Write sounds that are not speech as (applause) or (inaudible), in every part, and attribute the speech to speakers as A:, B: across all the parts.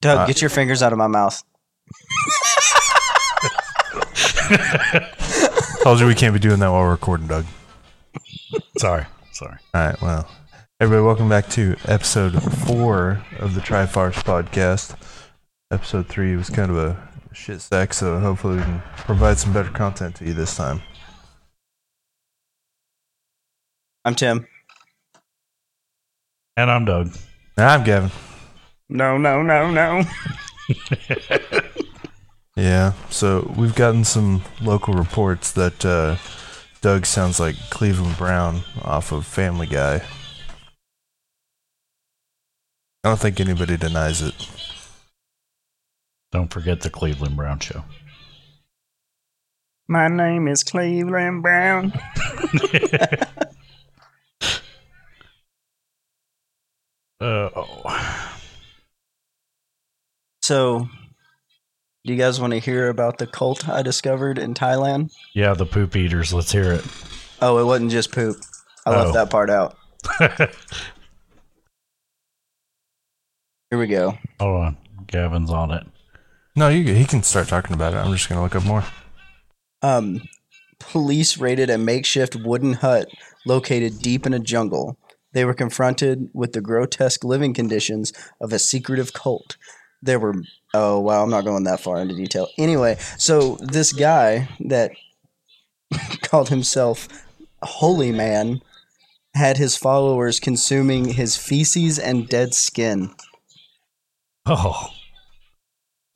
A: Doug, get your fingers out of my mouth.
B: Told you we can't be doing that while we're recording, Doug.
C: Sorry. Sorry.
B: All right, well, everybody, welcome back to episode four of the Tri Farce podcast. Episode three was kind of a shit sack, so hopefully we can provide some better content to you this time.
A: I'm Tim.
C: And I'm Doug.
B: And I'm Gavin.
A: No, no, no, no.
B: Yeah, so we've gotten some local reports that uh, Doug sounds like Cleveland Brown off of Family Guy. I don't think anybody denies it.
C: Don't forget the Cleveland Brown show.
A: My name is Cleveland Brown.
C: Uh, oh.
A: So, do you guys want to hear about the cult I discovered in Thailand?
C: Yeah, the poop eaters. Let's hear it.
A: Oh, it wasn't just poop. I
C: Oh.
A: left that part out. Here we go.
C: Hold on. Gavin's on it.
B: No, you, he can start talking about it. I'm just going to look up more.
A: Um, police raided a makeshift wooden hut located deep in a jungle. They were confronted with the grotesque living conditions of a secretive cult. There were oh wow, I'm not going that far into detail. Anyway, so this guy that (laughs) called himself Holy Man had his followers consuming his feces and dead skin.
C: Oh,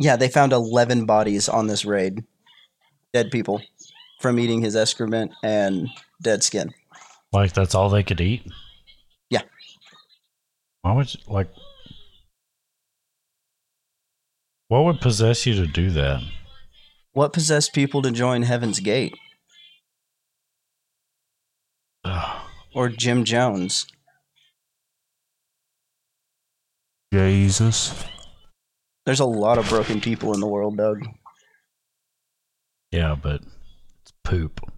A: Yeah, they found 11 bodies on this raid. Dead people from eating his excrement and dead skin.
C: like that's all they could eat?
A: Yeah.
C: Why would you, like, what would possess you to do that?
A: What possessed people to join Heaven's Gate
C: Ugh.
A: or Jim Jones?
B: Jesus.
A: There's a lot of broken people in the world, Doug.
C: Yeah, but it's poop.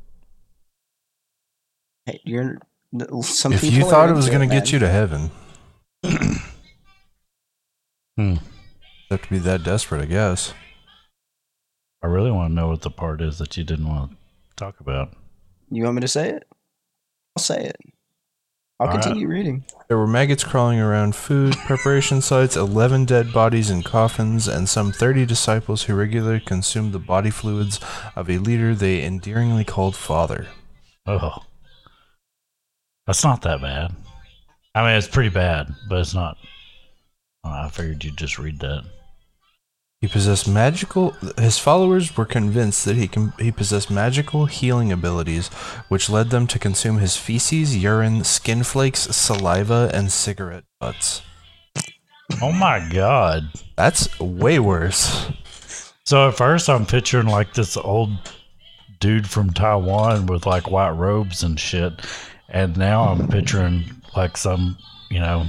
A: Hey, you're some
B: if
A: people
B: you
A: are
B: thought it was
A: into
B: going to get
A: man.
B: you to heaven,
C: Hmm.
B: have to be that desperate, I guess.
C: I really want to know what the part is that you didn't want to talk about.
A: You want me to say it? I'll say it. I'll
C: All right.
A: continue reading.
B: There were maggots crawling around food preparation sites, 11 dead bodies in coffins, and some 30 disciples who regularly consumed the body fluids of a leader they endearingly called father.
C: Oh, that's not that bad. I mean, it's pretty bad, but it's not. Oh, I figured you'd just read that.
B: He possessed magical. His followers were convinced that he can, he possessed magical healing abilities, which led them to consume his feces, urine, skin flakes, saliva, and cigarette butts.
C: Oh my (laughs) god!
B: That's way worse.
C: So at first, I'm picturing like this old dude from Taiwan with like white robes and shit, and now I'm picturing like some you know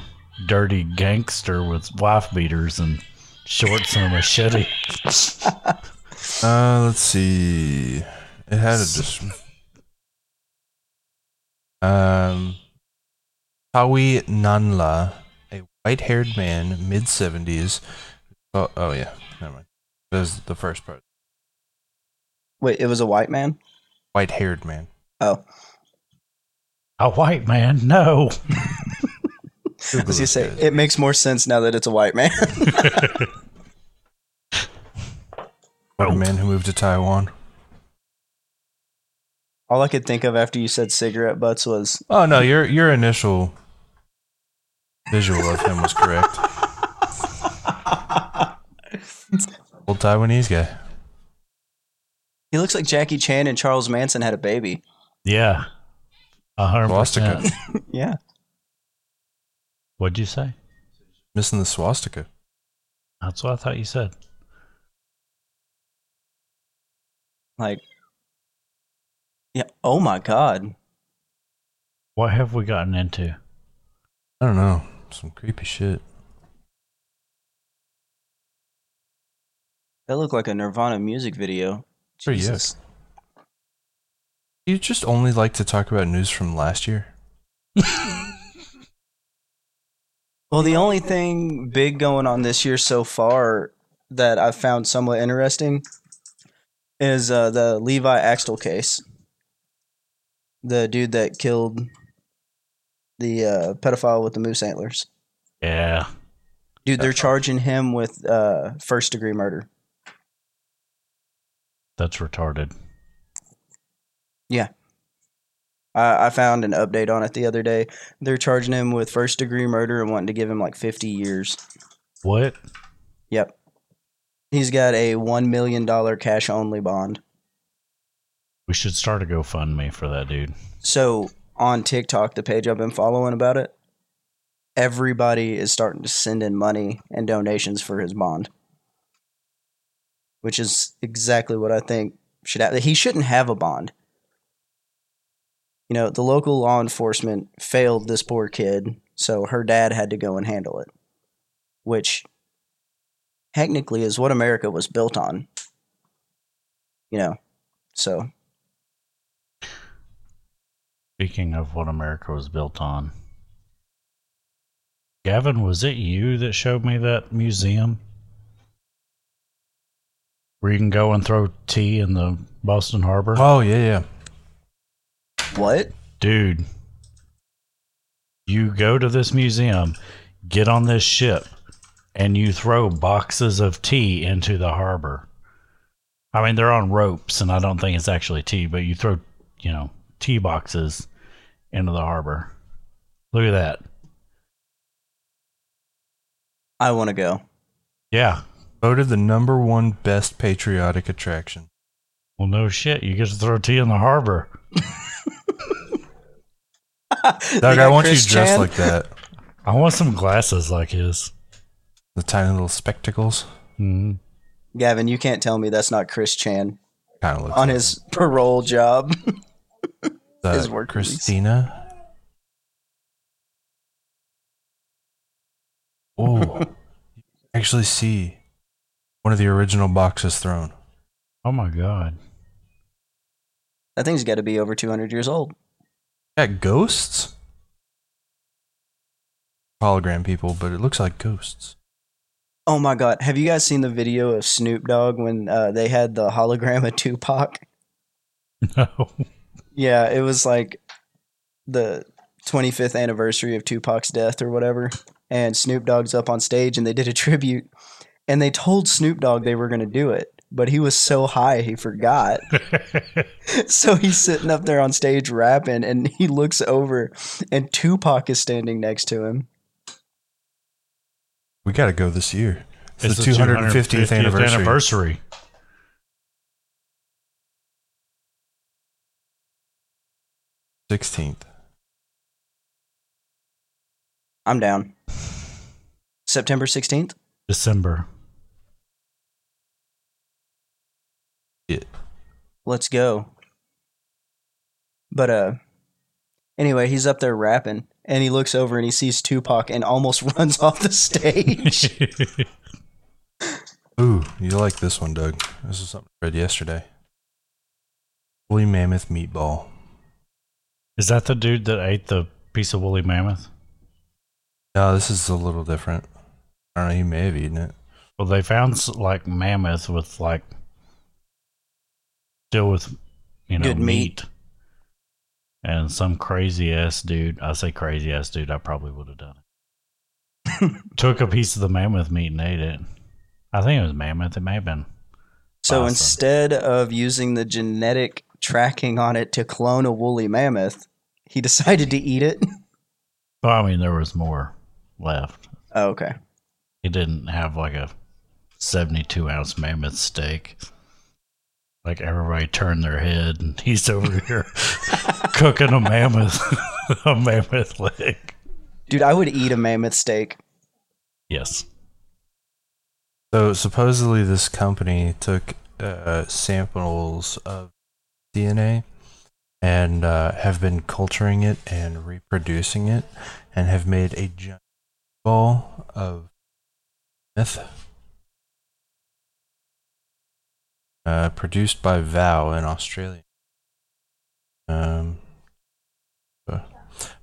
C: dirty gangster with wife beaters and shorts and a machete.
B: Uh, let's see. It had a dis- um Tawi Nanla, a white-haired man, mid seventies. Oh, oh yeah, never mind. That's the first part.
A: Wait, it was a white man?
B: White-haired
A: (laughs)
B: man.
A: Oh,
C: A white man? No.
B: Google
A: as you
B: this
A: say,
B: guy.
A: it makes more sense now that it's a white man. (laughs)
B: White man who moved to Taiwan.
A: All I could think of after you said cigarette butts was
B: Oh no, your your initial visual of him
A: (laughs)
B: was correct. Old Taiwanese guy.
A: He looks like Jackie Chan and Charles Manson had a baby.
C: Yeah. A hundred
B: Swastika.
C: percent.
A: Yeah.
C: What'd you say?
B: Missing the swastika.
C: That's what I thought you said.
A: Like, yeah. Oh my God.
C: What have we gotten into?
B: I don't know. Some creepy shit.
A: That looked like a Nirvana music video.
B: Pretty
A: Jesus.
B: Do You just only like to talk about news from last year.
A: Well, the only thing big going on this year so far that I've found somewhat interesting is uh, the Levi Axtell case. The dude that killed the uh, pedophile with the moose antlers.
C: Yeah.
A: Dude, they're
B: Pedophile.
A: charging him with uh, first degree murder.
C: That's retarded.
A: I, I found an update on it the other day. They're charging him with first degree murder and wanting to give him like 50 years.
C: What?
A: Yep. He's got a $1 million cash only bond.
C: We should start a GoFundMe for that dude.
A: So on TikTok, the page I've been following about it, everybody is starting to send in money and donations for his bond, which is exactly what I think should happen. He shouldn't have a bond. You know, the local law enforcement failed this poor kid, so her dad had to go and handle it, which technically is what America was built on. You know, so.
C: Speaking of what America was built on, Gavin, was it you that showed me that museum? Where you can go and throw tea in the Boston Harbor?
B: Oh yeah, yeah.
A: What?
C: Dude, you go to this museum, get on this ship, and you throw boxes of tea into the harbor. I mean, they're on ropes, and I don't think it's actually tea, but you throw, you know, tea boxes into the harbor. Look at that.
A: I want to go.
C: Yeah.
B: Voted the number one best
A: (laughs)
B: patriotic attraction.
C: Well, no shit. You get to throw tea in the harbor.
B: Doug, I want
A: Chris
B: you dressed
A: Chan?
B: like that.
C: I want some glasses like his.
B: The tiny little spectacles.
C: hmm
A: Gavin, you can't tell me that's not Chris Chan
B: Kind of looks
A: on
B: like
A: his (laughs) parole job. (laughs)
B: that.
A: his work release.
B: Christina. Oh, actually see one of the original boxes thrown.
C: Oh my god. (laughs)
A: that thing's got to be over 200 years old.
B: Got ghosts. Hologram people, but it looks like ghosts.
A: Oh my God. Have you guys seen the video of Snoop Dogg when uh, they had the hologram of Tupac?
C: No.
A: Yeah, it was like the 25th anniversary of Tupac's death or whatever. And Snoop Dogg's up on stage and they did a (laughs) tribute. And they told Snoop Dogg they were going to do it, but he was so high he forgot. so he's sitting up there on stage rapping and he looks over and Tupac is standing next to him.
B: We gotta go this year. It's,
C: It's
B: the
C: the
B: 250th, anniversary.
C: anniversary.
B: Sixteenth.
A: I'm down. September 16th?
C: December.
B: It.
A: Let's go. But uh anyway, he's up there rapping and he looks over and he sees Tupac and almost (laughs) runs off the
C: (laughs)
A: stage.
B: Ooh, you like this one, Doug? This is something I read yesterday. Woolly mammoth meatball.
C: Is that the dude that ate the piece of woolly mammoth?
B: No, this is a little different. I don't know. You may have eaten it.
C: Well, they found s- like mammoth with like still with you know
A: Good meat.
C: meat. and some crazy ass dude. I say crazy ass dude. I probably would have done it. Took a piece of the mammoth meat and ate it. I think it was mammoth. It may have been.
A: so
C: Awesome.
A: instead of using the genetic tracking on it to clone a woolly mammoth, he decided to eat it. (laughs)
C: Well, I mean, there was more left.
A: Oh, okay.
C: He didn't have like a seventy-two ounce mammoth steak. Like everybody turned their head, and (laughs) he's over here cooking a mammoth, (laughs) a mammoth leg.
A: Dude, I would eat a mammoth steak.
C: Yes.
B: So supposedly, this company took uh, samples of DNA and uh, have been culturing it and reproducing it, and have made a giant ball of myth. Uh, produced by Vow in Australia. Um, uh,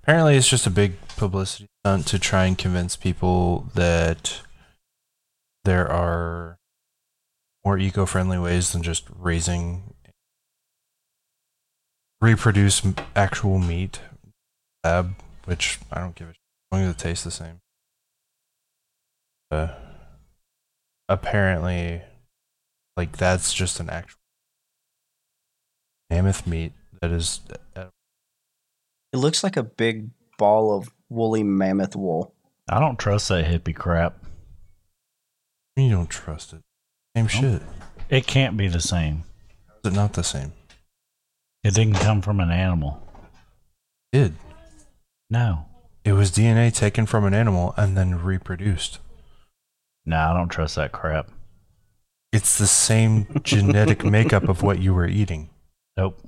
B: Apparently, it's just a big publicity stunt to try and convince people that there are more eco-friendly ways than just raising reproduce m- actual meat lab which i don't give a shit as long as it tastes the same uh, apparently like that's just an actual mammoth meat that is
A: It looks like a big ball of woolly mammoth wool.
C: I don't trust that hippie crap.
B: you don't trust it same shit
C: It can't be the same.
B: is it not the same
C: It didn't come from an animal.
B: it did
C: No.
B: it was dna taken from an animal and then reproduced
C: No, I don't trust that crap.
B: It's the same genetic makeup of what you were eating.
C: Nope.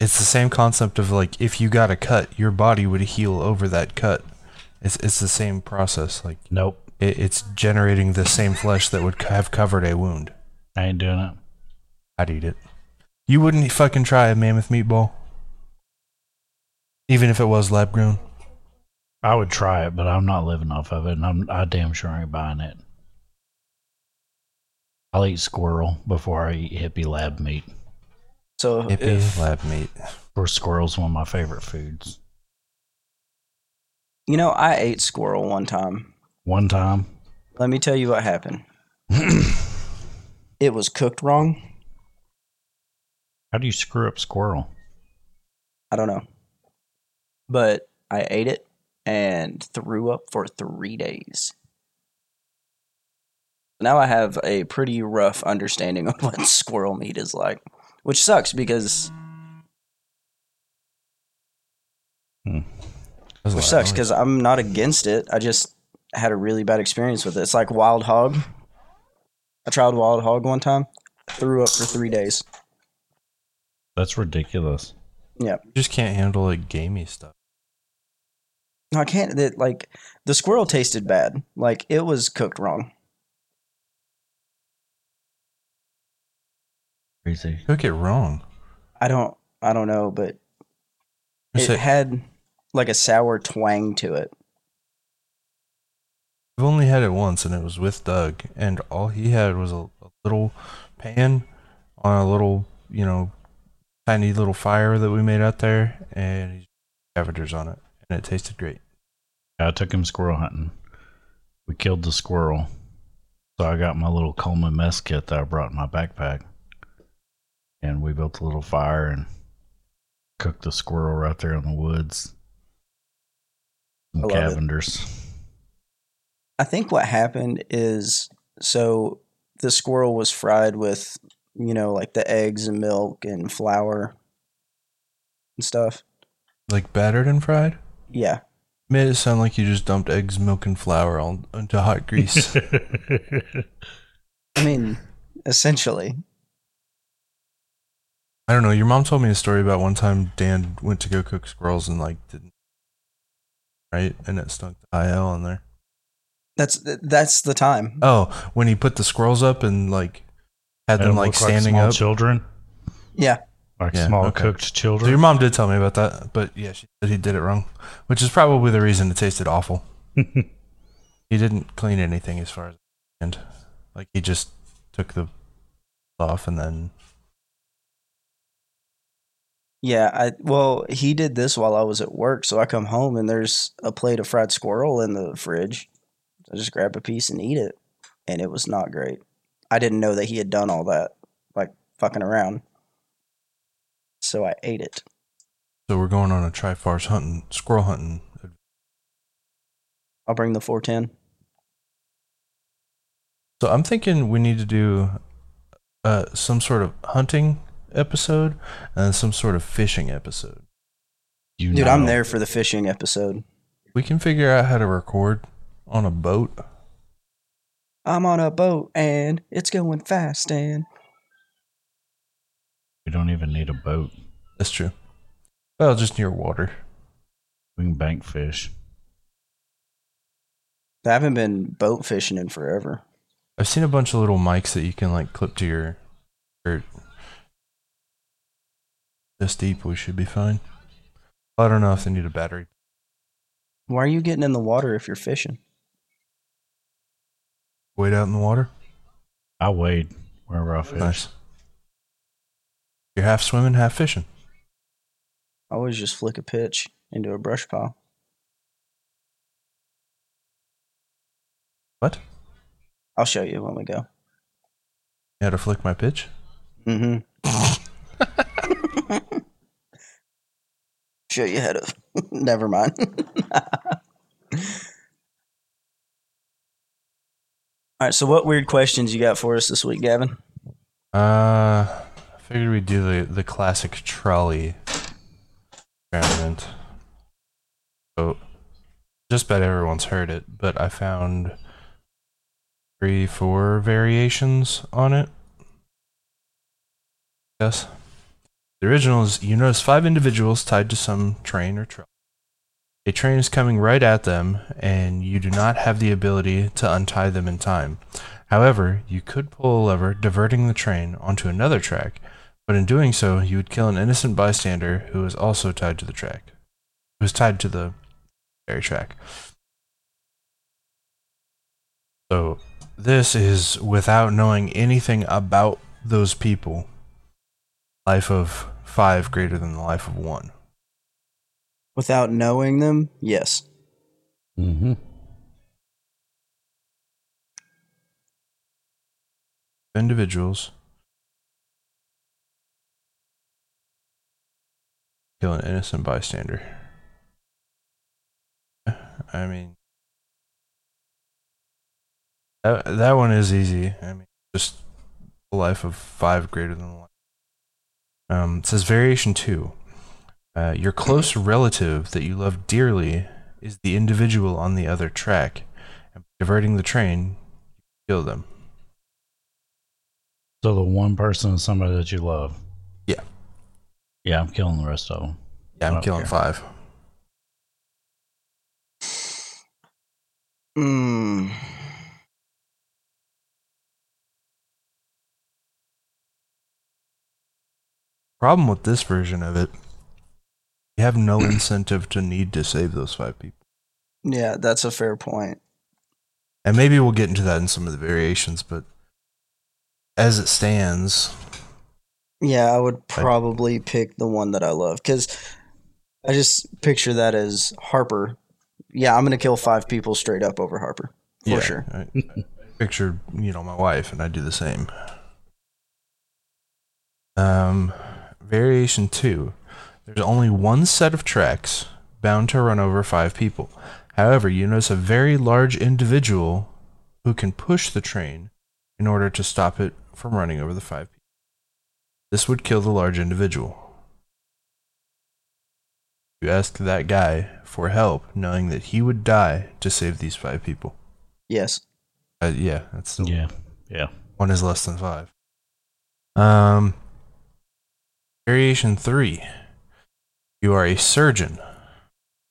B: It's the same concept of like if you got a cut, your body would heal over that cut. It's it's the same process. Like
C: Nope.
B: it, it's generating the same flesh that would have covered a wound.
C: I ain't doing it.
B: I'd eat it. You wouldn't e, fucking try a mammoth meatball, even if it was lab grown.
C: I would try it, but I'm not living off of it, and I'm I damn sure ain't buying it. I'll eat squirrel before I eat hippie lab meat.
A: So
B: It
A: if-
B: is lab meat.
C: Of course, squirrel's one of my favorite foods.
A: you know, I ate squirrel one time.
C: One time,
A: Let me tell you what
B: (clears throat)
A: happened. it was cooked wrong.
C: how do you screw up squirrel?
A: I don't know. But I ate it and threw up for three days. Now I have a pretty rough understanding of (laughs) what squirrel meat is like, which sucks because
C: Hmm.
B: That's
A: which
B: lab.
A: sucks because I'm not against it. I just had a really bad experience with it. It's like wild hog. I tried wild hog one time, threw up for three days.
C: That's ridiculous.
B: you just can't handle like gamey stuff.
A: No, I can't. That like the squirrel tasted bad. Like it was cooked wrong.
C: Crazy.
B: Cook it wrong.
A: I don't. I don't know, but
B: Just
A: it
B: say-
A: had like a sour twang to it.
B: I've only had it once, and it was with Doug, and all he had was a, a little pan on a little, you know, tiny little fire that we made out there, and he scavengers on it, and it tasted great.
C: I took him squirrel hunting. We killed the squirrel, so I got my little Coleman mess kit that I brought in my backpack, and we built a little fire and cooked the squirrel right there in the woods.
A: I
C: Some
A: love it.
C: Cavenders.
B: (laughs)
A: I think what happened is so the squirrel was fried with you know like the eggs and milk and flour and stuff.
B: Like battered and fried,
A: Yeah,
B: made it sound like you just dumped eggs, milk, and flour all into hot
C: (laughs)
B: grease.
A: I mean essentially.
B: I don't know. Your mom told me a story about one time Dan went to go cook squirrels and like didn't, right, and it stunk the IL on there.
A: That's that's the time.
B: Oh, when he put the squirrels up and like had
C: Made
B: them
C: 'em
B: like
C: look
B: standing
C: small
B: up.
C: children,
A: Yeah,
C: like
B: Yeah,
C: small
B: okay.
C: cooked
B: So your
C: children.
B: mom did tell me about that, but yeah, she said he did it wrong, which is probably the reason it tasted awful.
C: (laughs)
B: He didn't clean anything as far as and like he just took the off and then
A: yeah. I well he did this while I was at work, so I come home and there's a plate of fried squirrel in the fridge. I just grab a piece and eat it, and it was not great. I didn't know that he had done all that, like fucking around. So I ate it.
B: so we're going on a trifarce hunting squirrel hunting.
A: I'll bring the 410.
B: So I'm thinking we need to do uh some sort of hunting episode and some sort of fishing episode.
C: You
A: Dude, I'm
C: know.
A: there for the fishing episode.
B: We can figure out how to record on a boat.
A: I'm on a boat and it's going fast and
C: We don't even need a boat.
B: That's true. Well, just near water.
C: We can bank fish.
A: I haven't been boat fishing in forever.
B: I've seen a bunch of little mics that you can like clip to your shirt. This deep, we should be fine. I don't know if they need a battery.
A: Why are you getting in the water if you're fishing?
B: Wait out in the water.
C: I wade wherever I fish.
B: Nice. You're half swimming, half fishing.
A: I always just flick a pitch into a brush pile.
B: What?
A: I'll show you when we go.
B: You had to flick my pitch.
A: Mm-hmm. (laughs) show you how to. (laughs) Never mind. (laughs) All right. So, what weird questions you got for us this week, Gavin?
B: Uh, I figured we'd do the, the classic trolley experiment. So, just about everyone's heard it, but I found three, four variations on it. Yes. The original is you notice five individuals tied to some train or truck. A train is coming right at them, and you do not have the ability to untie them in time. However, you could pull a lever, diverting the train onto another track, but in doing so, you would kill an innocent bystander who is also tied to the track. Who is tied to the ferry track. So, this is without knowing anything about those people. Life of five greater than the life of one.
A: Without knowing them, yes.
C: Mm-hmm.
B: individuals kill an innocent bystander. I mean, that, that one is easy. I mean, just the life of five greater than one. Um, it says variation two. Uh, your close relative that you love dearly is the individual on the other track, and by diverting the train, you kill them.
C: So the one person is somebody that you love.
B: Yeah.
C: Yeah, I'm killing the rest of them.
B: Yeah, I'm
C: Okay.
B: killing five.
A: Mm.
B: problem with this version of it, you have no incentive to need to save those five people.
A: Yeah, that's a fair point.
B: And maybe we'll get into that in some of the variations, but as it stands,
A: Yeah, I would probably pick the one that I love because I just picture that as Harper. Yeah, I'm gonna kill five people straight up over Harper for
B: yeah,
A: sure.
B: I, I picture, you know, my wife, and I do the same. Um, variation two. There's only one set of tracks bound to run over five people. However, you notice a very large individual who can push the train in order to stop it from running over the five people. This would kill the large individual. You ask that guy for help, knowing that he would die to save these five people.
A: Yes.
B: Uh, yeah, that's the
C: Yeah. Yeah.
B: one is less than five. Um, variation three. You are a surgeon.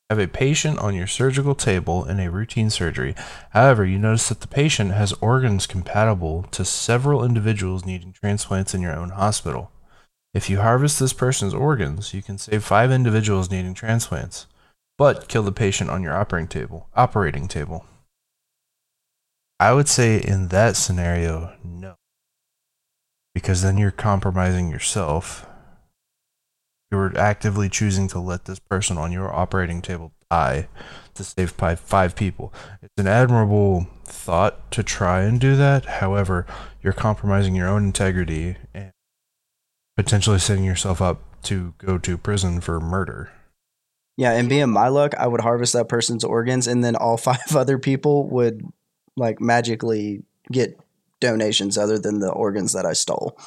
B: Have a patient on your surgical table in a routine surgery. However, you notice that the patient has organs compatible to several individuals needing transplants in your own hospital. If you harvest this person's organs, you can save five individuals needing transplants, but kill the patient on your operating table. Operating table. I would say in that scenario, no. Because then you're compromising yourself. You were actively choosing to let this person on your operating table die to save five, five people. It's an admirable thought to try and do that. However, you're compromising your own integrity and potentially setting yourself up to go to prison for murder.
A: Yeah, and being my luck, I would harvest that person's organs, and then all (laughs) five other people would like magically get donations other than the organs that I stole.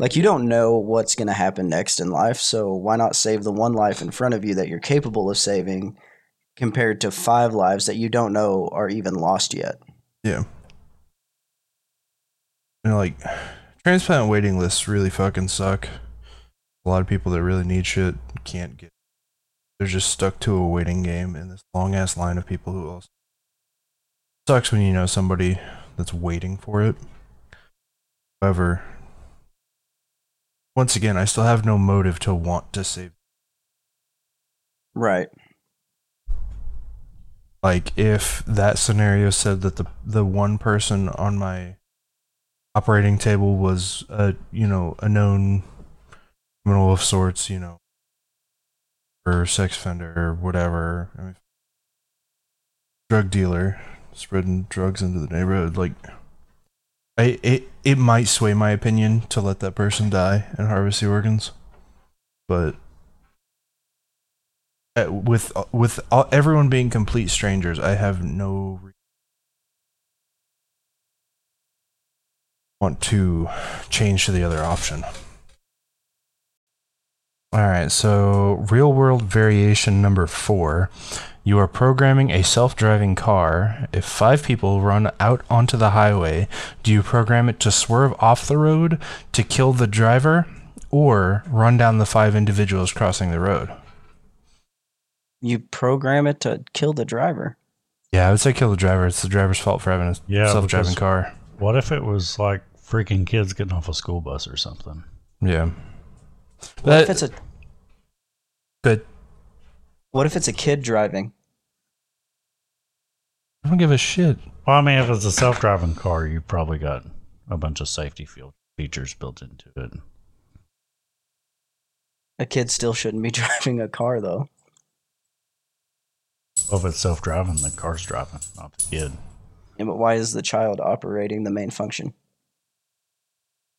A: Like you don't know what's going to happen next in life, so why not save the one life in front of you that you're capable of saving compared to five lives that you don't know are even lost yet.
B: Yeah. You know, like transplant waiting lists really fucking suck. A lot of people that really need shit can't get. They're just stuck to a waiting game and this long ass line of people who also sucks when you know somebody that's waiting for it. However, once again, I still have no motive to want to save.
A: Right.
B: Like if that scenario said that the the one person on my operating table was a you know a known criminal of sorts, you know, or sex offender or whatever, I mean, drug dealer spreading drugs into the neighborhood, like I it it might sway my opinion to let that person die and harvest the organs, but uh, with with all, everyone being complete strangers, I have no re- want to change to the other option. All right, so real world variation number four. You are programming a self driving car. If five people run out onto the highway, do you program it to swerve off the road, to kill the driver, or run down the five individuals crossing the road?
A: You program it to kill the driver.
B: Yeah, I would say kill the driver. It's the driver's fault for having a
C: Yeah,
B: self driving
C: because-
B: car.
C: What if it was like freaking kids getting off a school bus or something?
B: Yeah.
A: What
B: But,
A: if it's a
B: but
A: What if it's a kid driving?
B: I don't give a shit.
C: Well, I mean, if it's a self-driving car, you probably got a bunch of safety feel features built into it.
A: A kid still shouldn't be (laughs) driving a car though.
C: Well, if it's self-driving, the car's driving, not the kid.
A: Yeah, but why is the child operating the main function?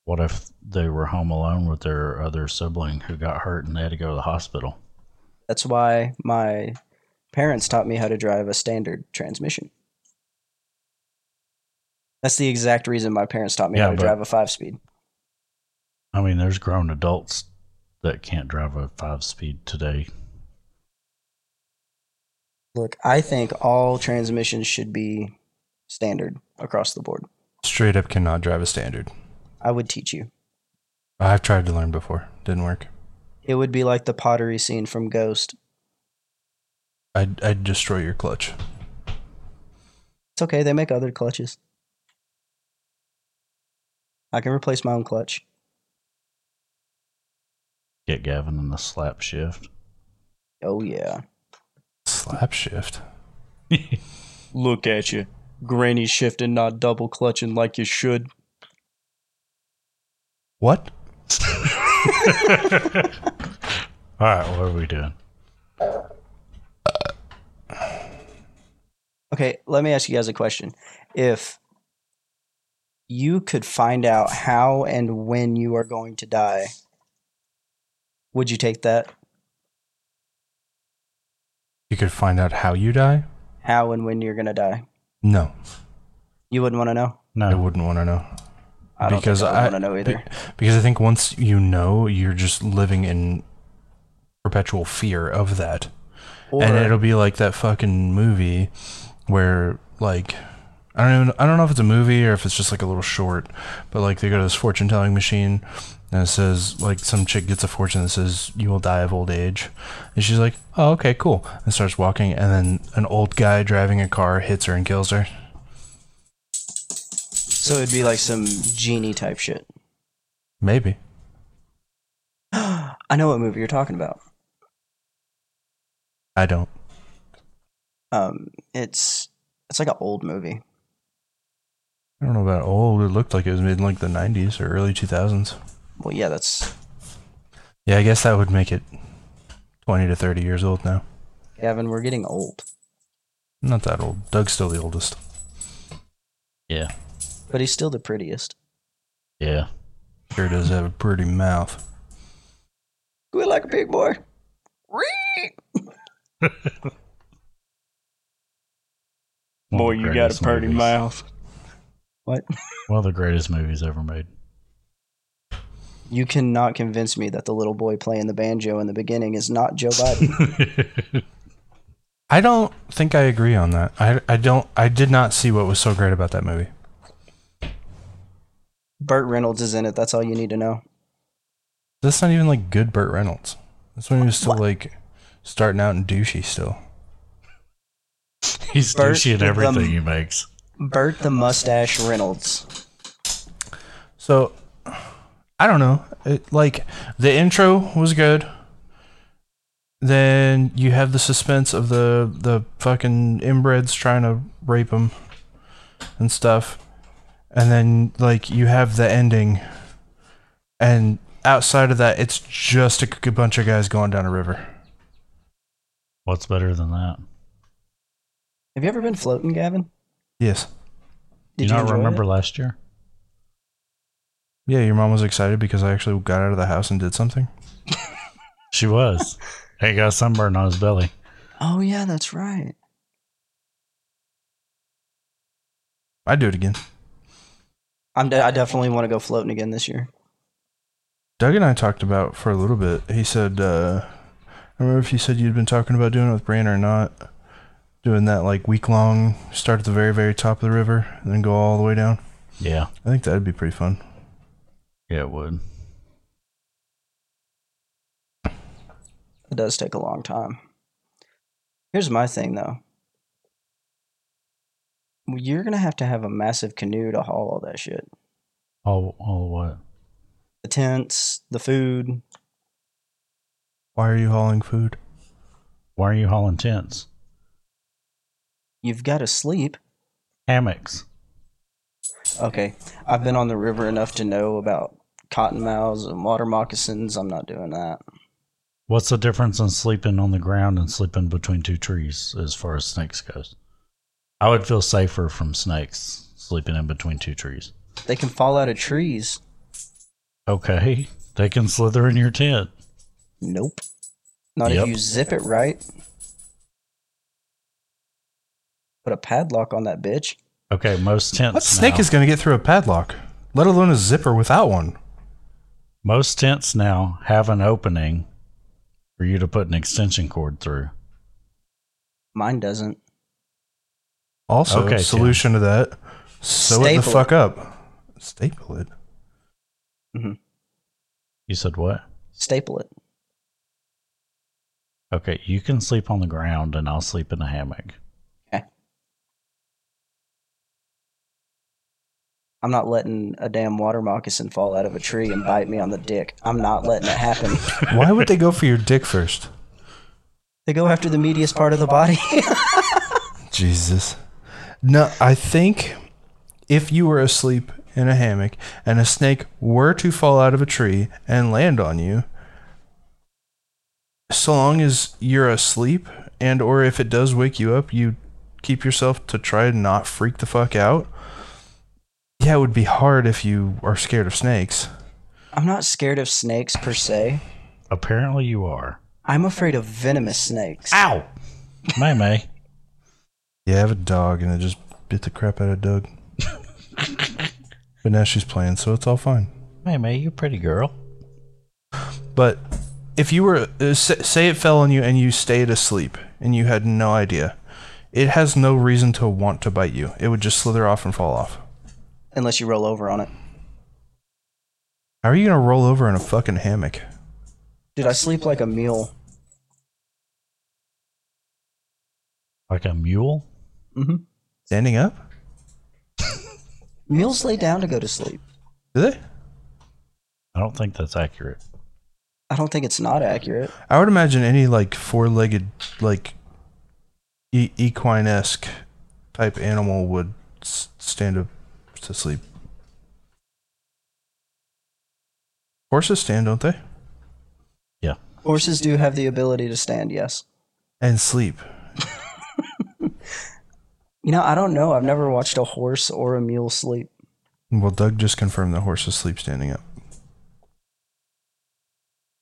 C: What if they were home alone with their other sibling who got hurt and they had to go to the hospital?
A: That's why my parents taught me how to drive a standard transmission. That's the exact reason my parents taught me
C: Yeah,
A: how to
C: but-
A: drive a five speed.
C: I mean, there's grown adults that can't drive a five-speed today.
A: Look, I think all transmissions should be standard across the board.
B: Straight up cannot drive a standard.
A: I would teach you.
B: I've tried to learn before, didn't work.
A: It would be like the pottery scene from Ghost.
B: I'd, I'd destroy your clutch.
A: It's okay, they make other clutches. I can replace my own clutch.
C: Get Gavin in the slap shift.
A: Oh, yeah.
B: Slap shift.
A: Look at you. Granny shifting, not double clutching like you should.
B: What?
C: All right, what are we doing?
A: Okay, let me ask you guys a question. If you could find out how and when you are going to die, would you take that?
B: You could find out how you die?
A: How and when you're going to die?
B: No,
A: You wouldn't want to know?
B: I
C: No,
B: wouldn't want to know.
A: I don't
B: Because
A: think
B: I-
A: I, want to know either.
B: Because I think once you know, you're just living in perpetual fear of that.
A: Or,
B: and it'll be like that fucking movie where like I don't even I don't know if it's a movie or if it's just like a little short, but like they go to this fortune telling machine and it says like some chick gets a fortune that says you will die of old age, and she's like, oh okay cool, and starts walking, and then an old guy driving a car hits her and kills her.
A: so it'd be like some genie type shit. (gasps)
B: Maybe
A: I know what movie you're talking about.
B: I don't.
A: Um, it's it's like an old movie.
B: I don't know about old. It looked like it was made in like the '90s or early 2000s.
A: Well, yeah, that's
B: Yeah, I guess that would make it 20 to 30 years old now.
A: Gavin. We're getting old,
B: Not that old. Doug's still the oldest.
C: yeah,
A: but he's still the prettiest.
C: yeah.
B: Sure does have a pretty mouth.
A: Squeal like a big boy.
C: One of the greatest movies.
A: mouth. What?
C: One of the greatest movies ever made. (laughs)
A: You cannot convince me that the little boy playing the banjo in the beginning is not Joe (laughs) Biden.
B: I don't think I agree on that. I, I don't I did not see what was so great about that movie.
A: Burt Reynolds is in it. That's all you need to know.
B: That's not even like good Burt Reynolds. That's when he was still
A: What?
B: like starting out and douchey still.
C: He's
A: Bert
C: douchey in
A: with them-
C: everything he makes.
A: Burt the Mustache Reynolds.
B: So I don't know. It, like the intro was good. Then you have the suspense of the the fucking inbreds trying to rape him and stuff. And then like you have the ending and outside of that it's just a g- bunch of guys going down a river.
C: What's better than that?
A: Have you ever been floating, Gavin?
B: Yes.
A: Did
C: you, not
A: enjoy
C: remember
A: it?
C: last year?
B: Yeah, your mom was excited because I actually got out of the house and did something.
C: She (laughs) was. he got a sunburn on his belly.
A: Oh yeah, that's right.
B: I'd do it again.
A: I'm de- I definitely want to go floating again this year.
B: Doug and I talked about for a little bit. He said, uh, I remember if you said you'd been talking about doing it with Brandon or not, doing that like week long, start at the very, very top of the river and then go all the way down.
C: Yeah.
B: I think that'd be pretty fun.
C: Yeah, it would.
A: It does take a long time. Here's my thing though. You're gonna have to have a massive canoe to haul all that shit.
C: All, all what?
A: The tents, the food.
B: Why are you hauling food?
C: Why are you hauling tents?
A: You've got to sleep.
C: Hammocks.
A: Okay, I've been on the river enough to know about cottonmouths and water moccasins. I'm not doing that.
C: What's the difference in sleeping on the ground and sleeping between two trees as far as snakes goes? I would feel safer from snakes sleeping in between two trees.
A: They can fall out of trees.
C: Okay. They can slither in your tent.
A: Nope. Not
C: Yep.
A: if you zip it right. Put a padlock on that bitch.
C: Okay, most tents
B: What snake
C: now-
B: is going to get through a padlock, let alone a zipper without one?
C: most tents now have an opening for you to put an extension cord through.
A: Mine doesn't.
B: Also,
C: Okay, Tim.
B: solution to that, sew it the
A: Staple
B: fuck up. Staple it.
C: You said what?
A: Staple it.
C: Okay, you can sleep on the ground and I'll sleep in a hammock.
A: I'm not letting a damn water moccasin fall out of a tree and bite me on the dick. I'm not letting it happen.
B: Why would they go for your dick first?
A: they go after the meatiest part of the body. (laughs)
B: Jesus. No, I think if you were asleep in a hammock and a snake were to fall out of a tree and land on you, so long as you're asleep and or if it does wake you up, you keep yourself to try and not freak the fuck out. Yeah, it would be hard if you are scared of snakes.
A: I'm not scared of snakes per se.
C: Apparently you are.
A: I'm afraid of venomous snakes.
C: Ow! May May.
B: Yeah, I have a dog and it just bit the crap out of Doug. but now she's playing, so it's all fine.
C: May May, you pretty girl.
B: But if you were uh, s- say it fell on you and you stayed asleep and you had no idea, it has no reason to want to bite you. It would just slither off and fall off.
A: Unless you roll over on it.
B: How are you gonna roll over in a fucking hammock?
A: Dude, I sleep like a mule.
C: Like a mule?
A: hmm
B: Standing up?
A: Mules lay down to go to sleep.
B: Do they?
C: I don't think that's accurate.
A: I don't think it's not accurate.
B: I would imagine any like four-legged, like e- equine-esque type animal would s- stand up to sleep. Horses stand, don't they?
A: Horses do have the ability to stand, yes.
B: And sleep.
A: You know, I don't know. I've never watched a horse or a mule sleep.
B: Well, Doug just confirmed that horses sleep standing up.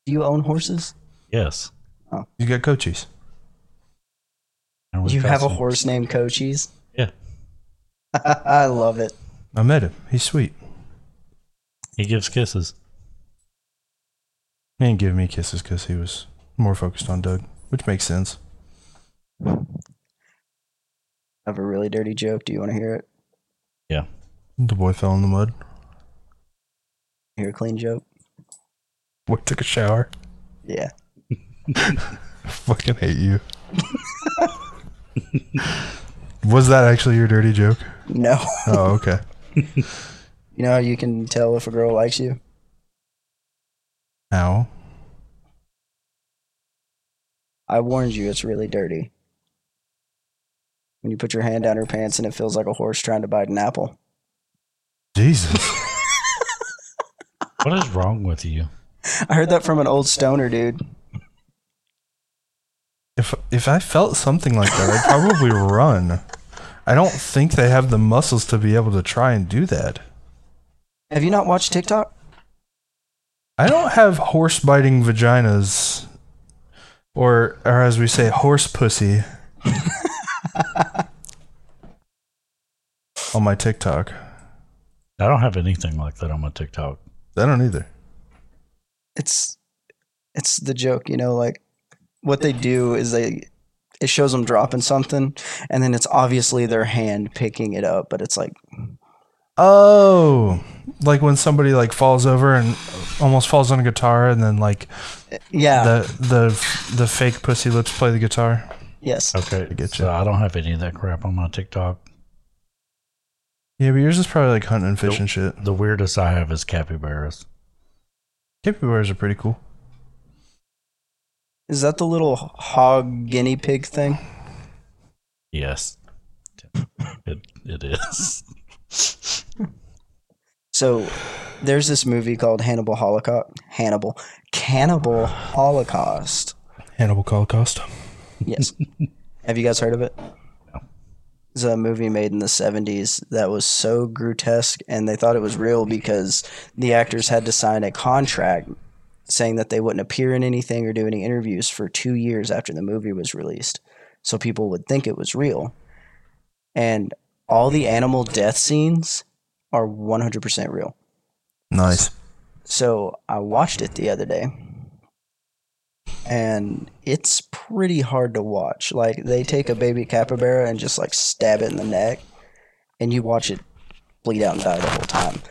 A: Do you own horses?
C: Yes.
B: You got coaches.
C: And we've
A: You
C: got
A: have a
C: some-
A: horse named Cochise?
C: Yeah.
A: (laughs) I love it.
B: I met him. He's sweet.
C: He gives kisses.
B: He didn't give me kisses because he was more focused on Doug, which makes sense.
A: I have a really dirty joke. Do you want to hear it?
C: Yeah.
B: The boy fell in the mud.
A: Hear a clean joke?
B: Boy took a shower.
A: Yeah.
B: Fucking hate you. (laughs) was that actually your dirty joke?
A: No. (laughs)
B: Oh, okay.
A: You know how you can tell if a girl likes you?
B: How?
A: I warned you, it's really dirty. When you put your hand down her pants and it feels like a horse trying to bite an apple.
B: Jesus.
C: What is wrong with you?
A: I heard that from an old stoner dude.
B: If if I felt something like that, I'd probably run. I don't think they have the muscles to be able to try and do that.
A: Have you not watched TikTok?
B: I don't have horse biting vaginas, or or as we say, horse (laughs) pussy, on my TikTok.
C: I don't have anything like that on my TikTok.
B: I don't either.
A: It's it's the joke, you know, like what they do is they it shows them dropping something and then it's obviously their hand picking it up, but it's like
B: Oh, like when somebody like falls over and almost falls on a guitar, and then like
A: yeah,
B: the the the fake pussy lips play the guitar.
A: yes.
C: Okay, I
B: get
C: so
B: you.
C: I don't have any of that crap on my TikTok.
B: Yeah, but yours is probably like hunting and fishing shit.
C: The weirdest I have is capybaras.
B: Capybaras are pretty cool.
A: Is that the little hog guinea pig thing?
C: Yes, (laughs) it it is. (laughs)
A: So there's this movie called Hannibal Holocaust. Hannibal. Cannibal Holocaust.
B: Hannibal Holocaust.
A: Yes. (laughs) Have you guys heard of it? It's a movie made in the 70s that was so grotesque, and they thought it was real because the actors had to sign a contract saying that they wouldn't appear in anything or do any interviews for two years after the movie was released. So people would think it was real. And all the animal death scenes are 100% real.
B: Nice.
A: So I watched it the other day, and it's pretty hard to watch. Like they take a baby capybara and just like stab it in the neck, and you watch it bleed out and die the whole time.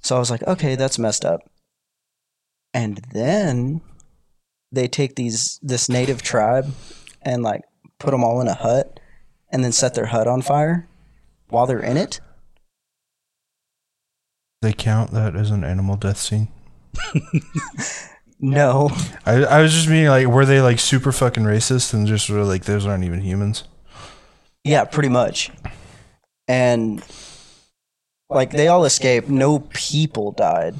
A: So I was like, okay, that's messed up. And then they take these this native tribe and like put them all in a hut, and then set their hut on fire while they're in it.
B: They count that as an animal death scene.
A: No,
B: I, I was just meaning like, were they like super fucking racist and just were like, those aren't even humans?
A: Yeah, pretty much. And like they all escaped, no people died.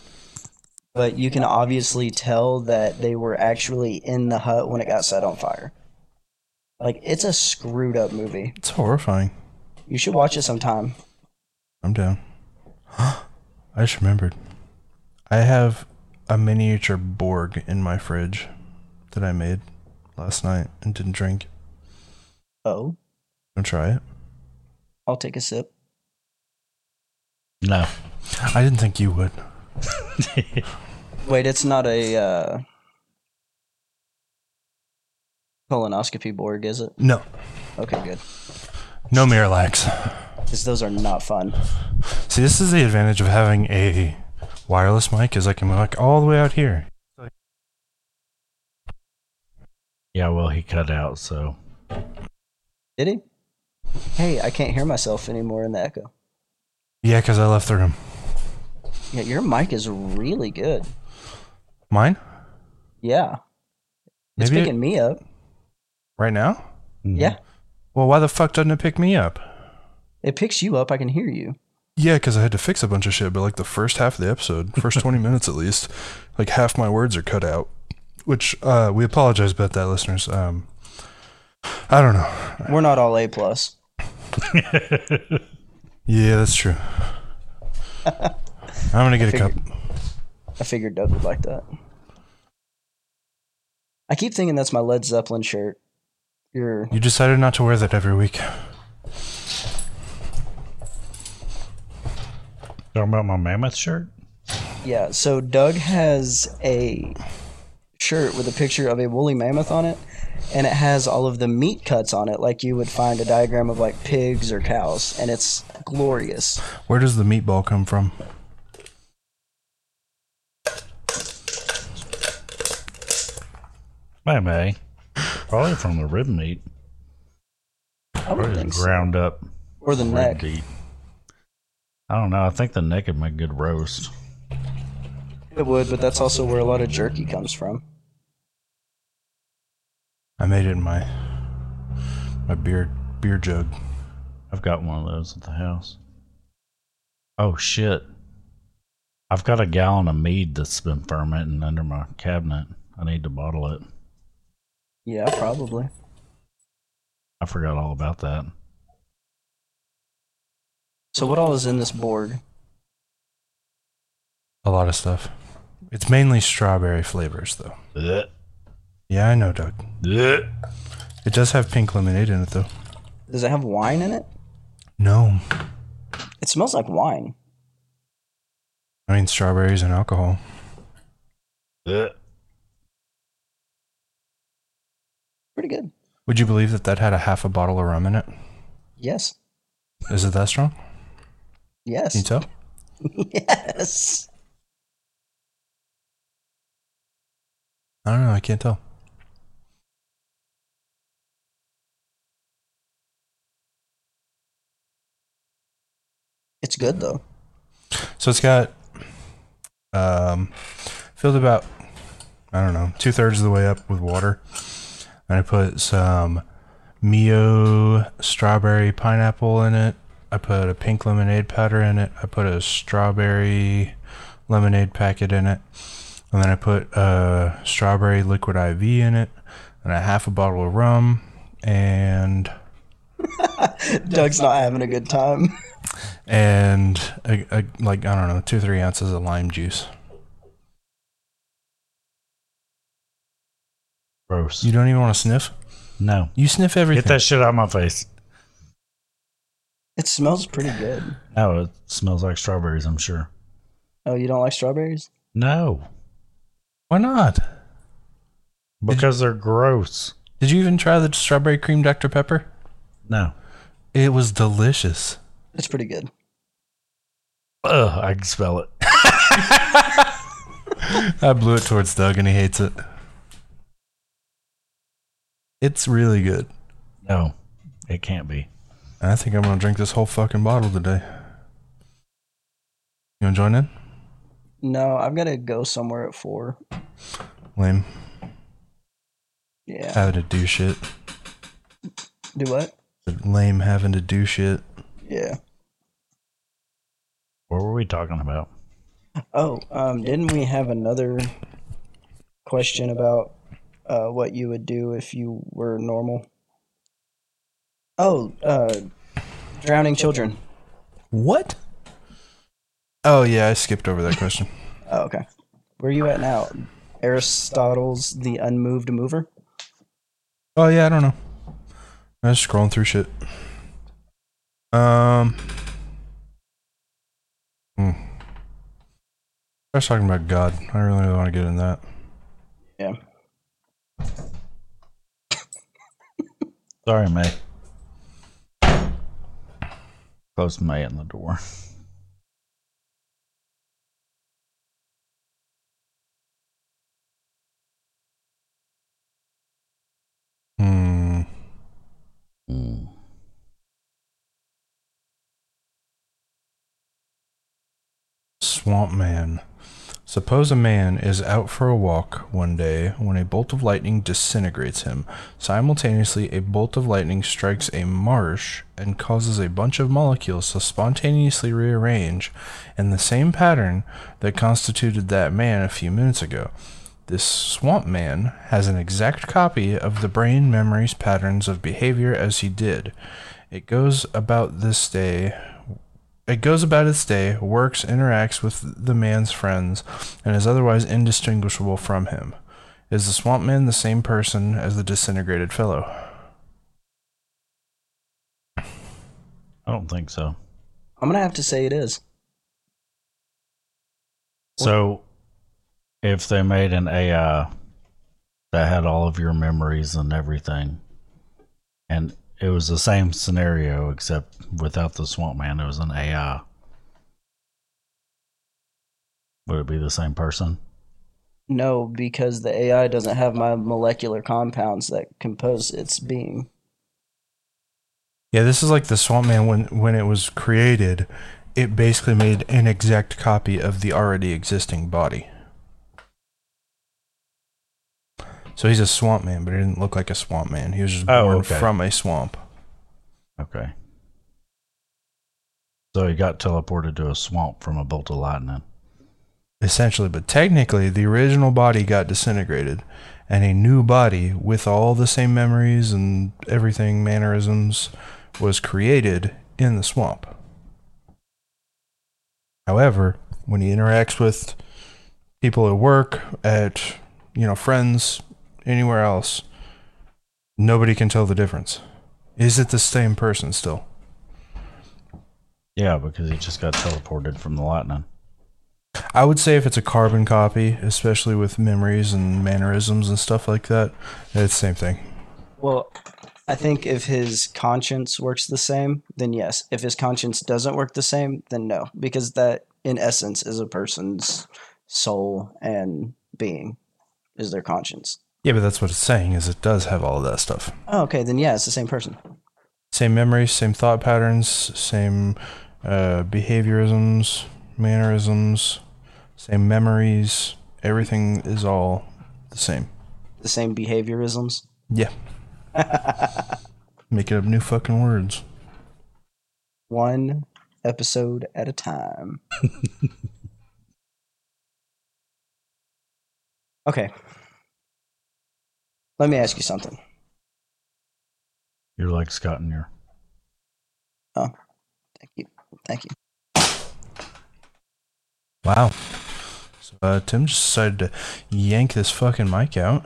A: But you can obviously tell that they were actually in the hut when it got set on fire. Like it's a screwed up movie.
B: It's horrifying.
A: You should watch it sometime.
B: I'm down. (gasps) I just remembered. I have a miniature Borg in my fridge that I made last night and didn't drink.
A: Oh,
B: Don't try it.
A: I'll take a sip.
C: No,
B: I didn't think you would.
A: Wait, it's not a uh colonoscopy Borg, is it?
B: No.
A: Okay, good.
B: No Miralax.
A: Because those are not fun.
B: See, this is the advantage of having a wireless mic is I can like all the way out here.
C: yeah, well, he cut out, so
A: Did he? Hey, I can't hear myself anymore in the echo.
B: Yeah, because I left the room.
A: Yeah, your mic is really good.
B: Mine?
A: Yeah. It's
B: Maybe it-
A: picking me up.
B: Right now?
A: Yeah.
B: Well, why the fuck doesn't it pick me up?
A: It picks you up. I can hear you.
B: Yeah, because I had to fix a bunch of shit, but like the first half of the episode, first 20 minutes at least, like half my words are cut out, which uh, we apologize about that, listeners. Um, I don't know.
A: We're not all A plus.
B: Yeah, that's true. I'm going to get a cup.
A: I figured Doug would like that. I keep thinking that's my Led Zeppelin shirt. Your
B: You decided not to wear that every week.
C: talking about my mammoth shirt.
A: yeah. So Doug has a shirt with a picture of a woolly mammoth on it, and it has all of the meat cuts on it, like you would find a diagram of like pigs or cows, and it's glorious.
B: Where does the meatball come from?
C: May may probably from the rib meat,
A: I would
C: probably
A: think
C: just
A: so.
C: ground up
A: Or the
C: rib
A: neck.
C: meat. I don't know. I think the neck would make good roast.
A: It would, but that's also where a lot of jerky comes from.
B: I made it in my my beer beer jug.
C: I've got one of those at the house. Oh shit. I've got a gallon of mead that's been fermenting under my cabinet. I need to bottle it.
A: Yeah, probably.
C: I forgot all about that.
A: So what all is in this board?
B: A lot of stuff. It's mainly strawberry flavors though.
C: Ugh.
B: Yeah, I know, Doug.
C: Ugh.
B: It does have pink lemonade in it though.
A: Does it have wine in it?
B: No.
A: It smells like wine.
B: I mean strawberries and alcohol.
C: Ugh.
A: Pretty good.
B: Would you believe that that had a half a bottle of rum in it?
A: Yes.
B: Is it that strong? Can you
A: Yes.
B: tell?
A: yes.
B: I don't know. I can't tell.
A: It's good though.
B: So it's got um, filled about I don't know two thirds of the way up with water, and I put some Mio strawberry pineapple in it. I put a pink lemonade powder in it. I put a strawberry lemonade packet in it, and then I put a strawberry liquid IV in it, and a half a bottle of rum, and
A: Doug's not having a good time. (laughs)
B: and a, a, like I don't know two three ounces of lime juice.
C: Gross.
B: You don't even want to sniff.
C: no.
B: You sniff everything.
C: Get that shit out of my face.
A: It smells pretty good.
C: No, it smells like strawberries, I'm sure.
A: Oh, you don't like strawberries?
C: No.
B: Why not?
C: Because they're gross.
B: Did you even try the strawberry cream Dr. Pepper?
C: No.
B: It was delicious.
A: It's pretty good.
C: Ugh, I can smell it.
B: I blew it towards Doug and he hates it. It's really good.
C: No. It can't be.
B: And I think I'm going to drink this whole fucking bottle today. You want to join in?
A: No, I've got to go somewhere at four.
B: Lame.
A: Yeah.
B: Having to do shit.
A: Do what?
B: Lame having to do shit.
A: Yeah.
C: What were we talking about?
A: Oh, um, didn't we have another question about uh, what you would do if you were normal? Oh, uh, drowning children.
B: What? Oh, yeah, I skipped over that question.
A: Oh, okay. Where are you at now? Aristotle's The Unmoved Mover?
B: Oh yeah, I don't know. I was scrolling through shit. Um. Hmm. I was talking about God. I really want to get in that.
A: Yeah.
C: Sorry, May. Close May in the door.
B: Hmm.
C: Hmm.
B: Swamp Man. Suppose a man is out for a walk one day when a bolt of lightning disintegrates him. Simultaneously, a bolt of lightning strikes a marsh and causes a bunch of molecules to spontaneously rearrange in the same pattern that constituted that man a few minutes ago. This swamp man has an exact copy of the brain memory's patterns of behavior as he did. It goes about this day it goes about its day, works, interacts with the man's friends, and is otherwise indistinguishable from him. Is the swamp man the same person as the disintegrated fellow?
C: I don't think so.
A: I'm going to have to say it is.
C: So, if they made an AI that had all of your memories and everything, and it was the same scenario except without the Swamp Man, it was an AI. Would it be the same person?
A: No, because the AI doesn't have my molecular compounds that compose its being.
B: Yeah, this is like the swamp man when when it was created, it basically made an exact copy of the already existing body. So he's a swamp man, but he didn't look like a swamp man. He was just
C: Oh,
B: born
C: okay.
B: from a swamp.
C: Okay. So he got teleported to a swamp from a bolt of lightning.
B: essentially but technically the original body got disintegrated and a new body with all the same memories and everything mannerisms was created in the swamp however when he interacts with people at work at you know friends anywhere else nobody can tell the difference is it the same person still
C: Yeah, because he just got teleported from the lightning.
B: I would say if it's a carbon copy, especially with memories and mannerisms and stuff like that, it's the same thing.
A: Well, I think if his conscience works the same, then yes. If his conscience doesn't work the same, then no, because that in essence is a person's soul and being is their conscience.
B: Yeah, but that's what it's saying is it does have all of that stuff.
A: Oh, okay, then yeah, it's the same person.
B: Same memories, same thought patterns, same uh, behaviorisms, mannerisms, same memories. Everything is all the same.
A: The same behaviorisms.
B: Yeah. Making up new fucking words.
A: One episode at a (laughs) time. okay. Let me ask you something.
C: You're like Scott and your
A: Thank you. Thank you.
B: Wow. So uh, Tim just decided to yank this fucking mic out.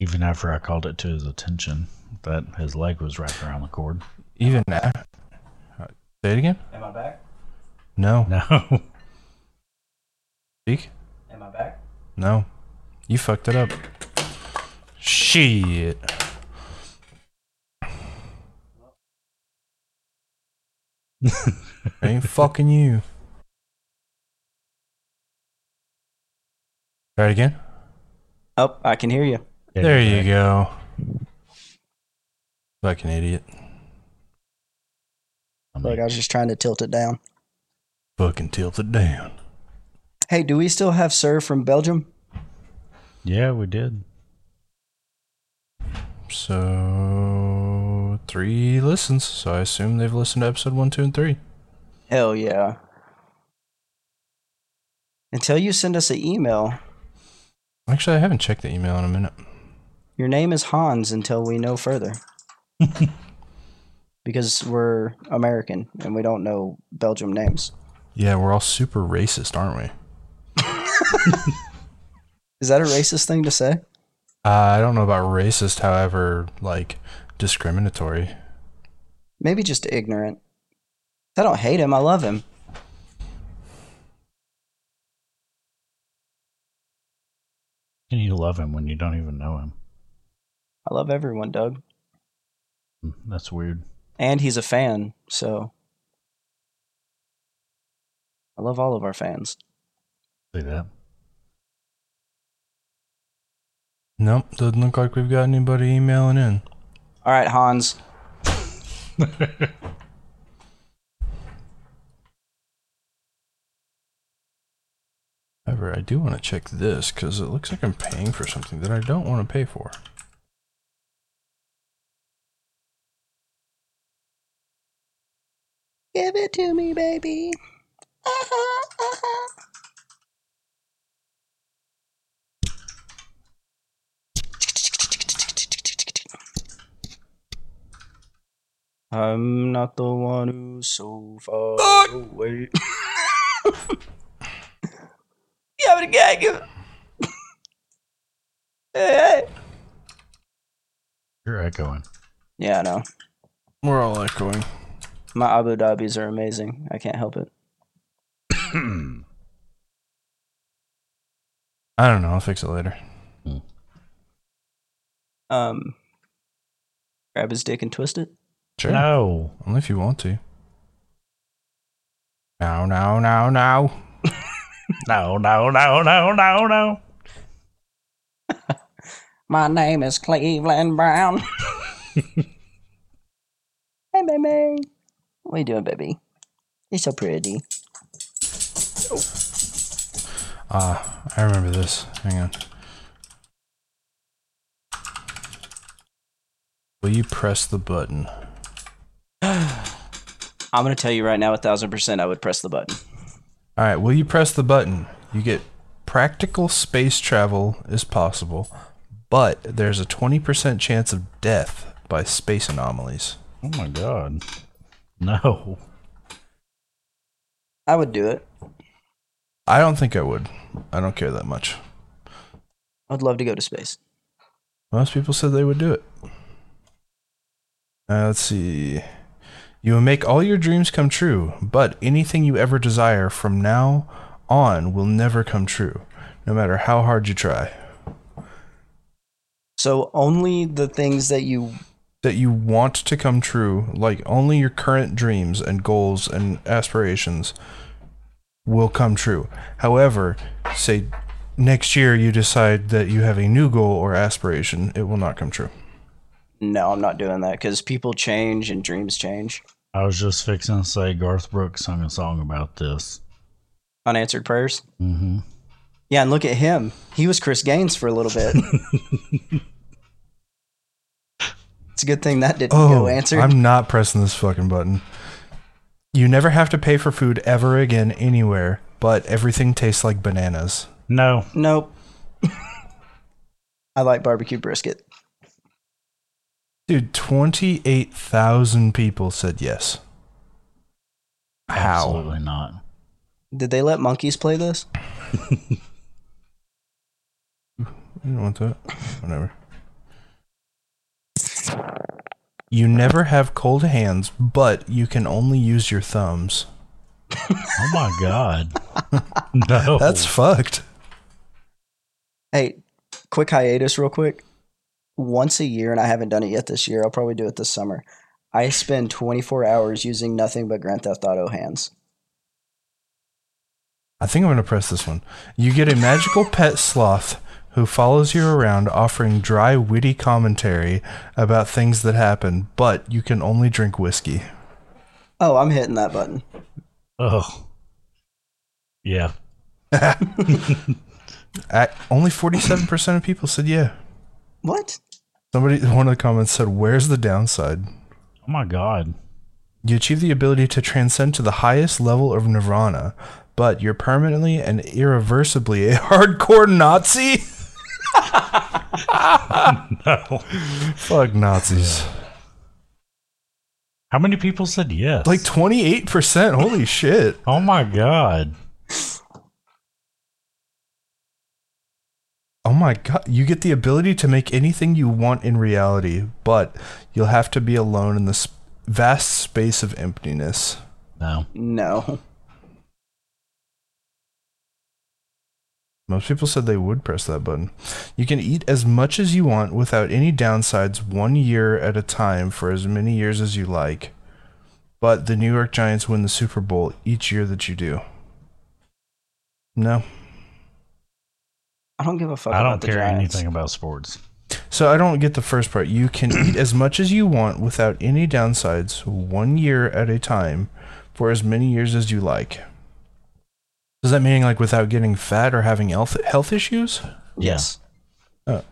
C: even after I called it to his attention that his leg was wrapped around the cord.
B: Even now. Uh, Say it again.
A: Am I back?
B: No.
C: (laughs) No.
B: Speak.
A: Am I back?
B: No. You fucked it up.
A: (laughs)
B: Shit. ain't fucking you. Try it again.
A: Oh, I can hear you.
B: There you go. Fucking idiot.
A: Look, I was just trying to tilt it down.
B: Fucking tilt it down.
A: Hey, do we still have Sir from Belgium?
C: Yeah, we did.
B: So three listens. So I assume they've listened to episode one, two, and three.
A: Hell yeah. Until you send us an email,
B: Actually, I haven't checked the email in a minute.
A: your name is Hans until we know (laughs) further. because we're American and we don't know Belgium names.
B: Yeah, we're all super racist, aren't we?
A: Is that a racist thing to say?
B: Uh, I don't know about racist, however, like discriminatory.
A: Maybe just ignorant. I don't hate him. I love him.
C: Can you love him when you don't even know him?
A: I love everyone, Doug.
C: Mm, That's weird.
A: And he's a fan, so I love all of our fans.
C: See that?
B: Nope, doesn't look like we've got anybody emailing in.
A: All right, Hans.
B: However, I do want to check this because it looks like I'm paying for something that I don't want to pay for.
A: Give it to me, baby. Uh-huh, uh-huh. I'm not the one who's so far away. (laughs) yeah, but (laughs) again, give it.
C: You're echoing.
B: (clears throat)
A: yeah, I know.
B: We're all echoing.
A: My Abu Dhabis are amazing. I can't help it.
B: I don't know. I'll fix it later.
A: Um, grab his dick and twist it.
B: Sure.
C: no.
B: Only if you want to. No, no, no, no.
C: No, no, no, no, no, no.
A: My name is Cleveland Brown. (laughs) hey, baby. What you doing, baby? You're so pretty.
B: Ah, I remember this. Hang on. Will you press the button?
A: I'm gonna tell you right now, a thousand percent, I would press the button.
B: All right, will you press the button? You get practical space travel is possible, but there's a 20% chance of death by space anomalies.
C: Oh my god. No.
A: I would do it.
B: I don't think I would. I don't care that much.
A: I'd love to go to space.
B: Most people said they would do it. Uh, let's see. You will make all your dreams come true, but anything you ever desire from now on will never come true, no matter how hard you try.
A: So only the things that you
B: That you want to come true, like only your current dreams and goals and aspirations will come true. However, say next year you decide that you have a new goal or aspiration, it will not come true.
A: no, I'm not doing that because people change and dreams change.
C: I was just fixing to say Garth Brooks sung a song about this.
A: Unanswered prayers.
C: Mm-hmm.
A: Yeah, and look at him. He was Chris Gaines for a little bit. it's a good thing that didn't go answered.
B: Oh, I'm not pressing this fucking button. You never have to pay for food ever again anywhere, but everything tastes like bananas.
C: No.
A: Nope. (laughs) I like barbecue brisket.
B: Dude, 28,000 people said yes. How?
C: Absolutely not.
A: Did they let monkeys play this?
B: I don't want that. Whatever. You never have cold hands, but you can only use your thumbs.
C: Oh my
B: (laughs)
C: god. no.
B: That's fucked.
A: Hey, quick hiatus, real quick. Once a year, and I haven't done it yet this year. I'll probably do it this summer. I spend 24 hours using nothing but Grand Theft Auto hands.
B: I think I'm going to press this one. You get a magical pet sloth who follows you around offering dry, witty commentary about things that happen, but you can only drink whiskey.
A: Oh, I'm hitting that button.
C: oh. Yeah.
B: I, only 47% of people said yeah.
A: What?
B: Somebody, one of the comments said, Where's the downside?
C: Oh my god.
B: You achieve the ability to transcend to the highest level of nirvana, but you're permanently and irreversibly a (laughs) hardcore Nazi?
C: No.
B: Fuck Nazis.
C: How many people said yes?
B: Like 28%. Holy shit.
C: Oh my god.
B: Oh my god, you get the ability to make anything you want in reality, but you'll have to be alone in this vast space of emptiness.
C: No.
A: No.
B: Most people said they would press that button. You can eat as much as you want without any downsides one year at a time for as many years as you like. But the New York Giants win the Super Bowl each year that you do. No.
A: I don't give a fuck
C: I
A: about
C: don't
A: the
C: care
A: Giants.
C: anything about sports.
B: So I don't get the first part. You can eat as much as you want without any downsides, one year at a time, for as many years as you like. Does that mean like without getting fat or having health health issues?
A: Yes.
B: She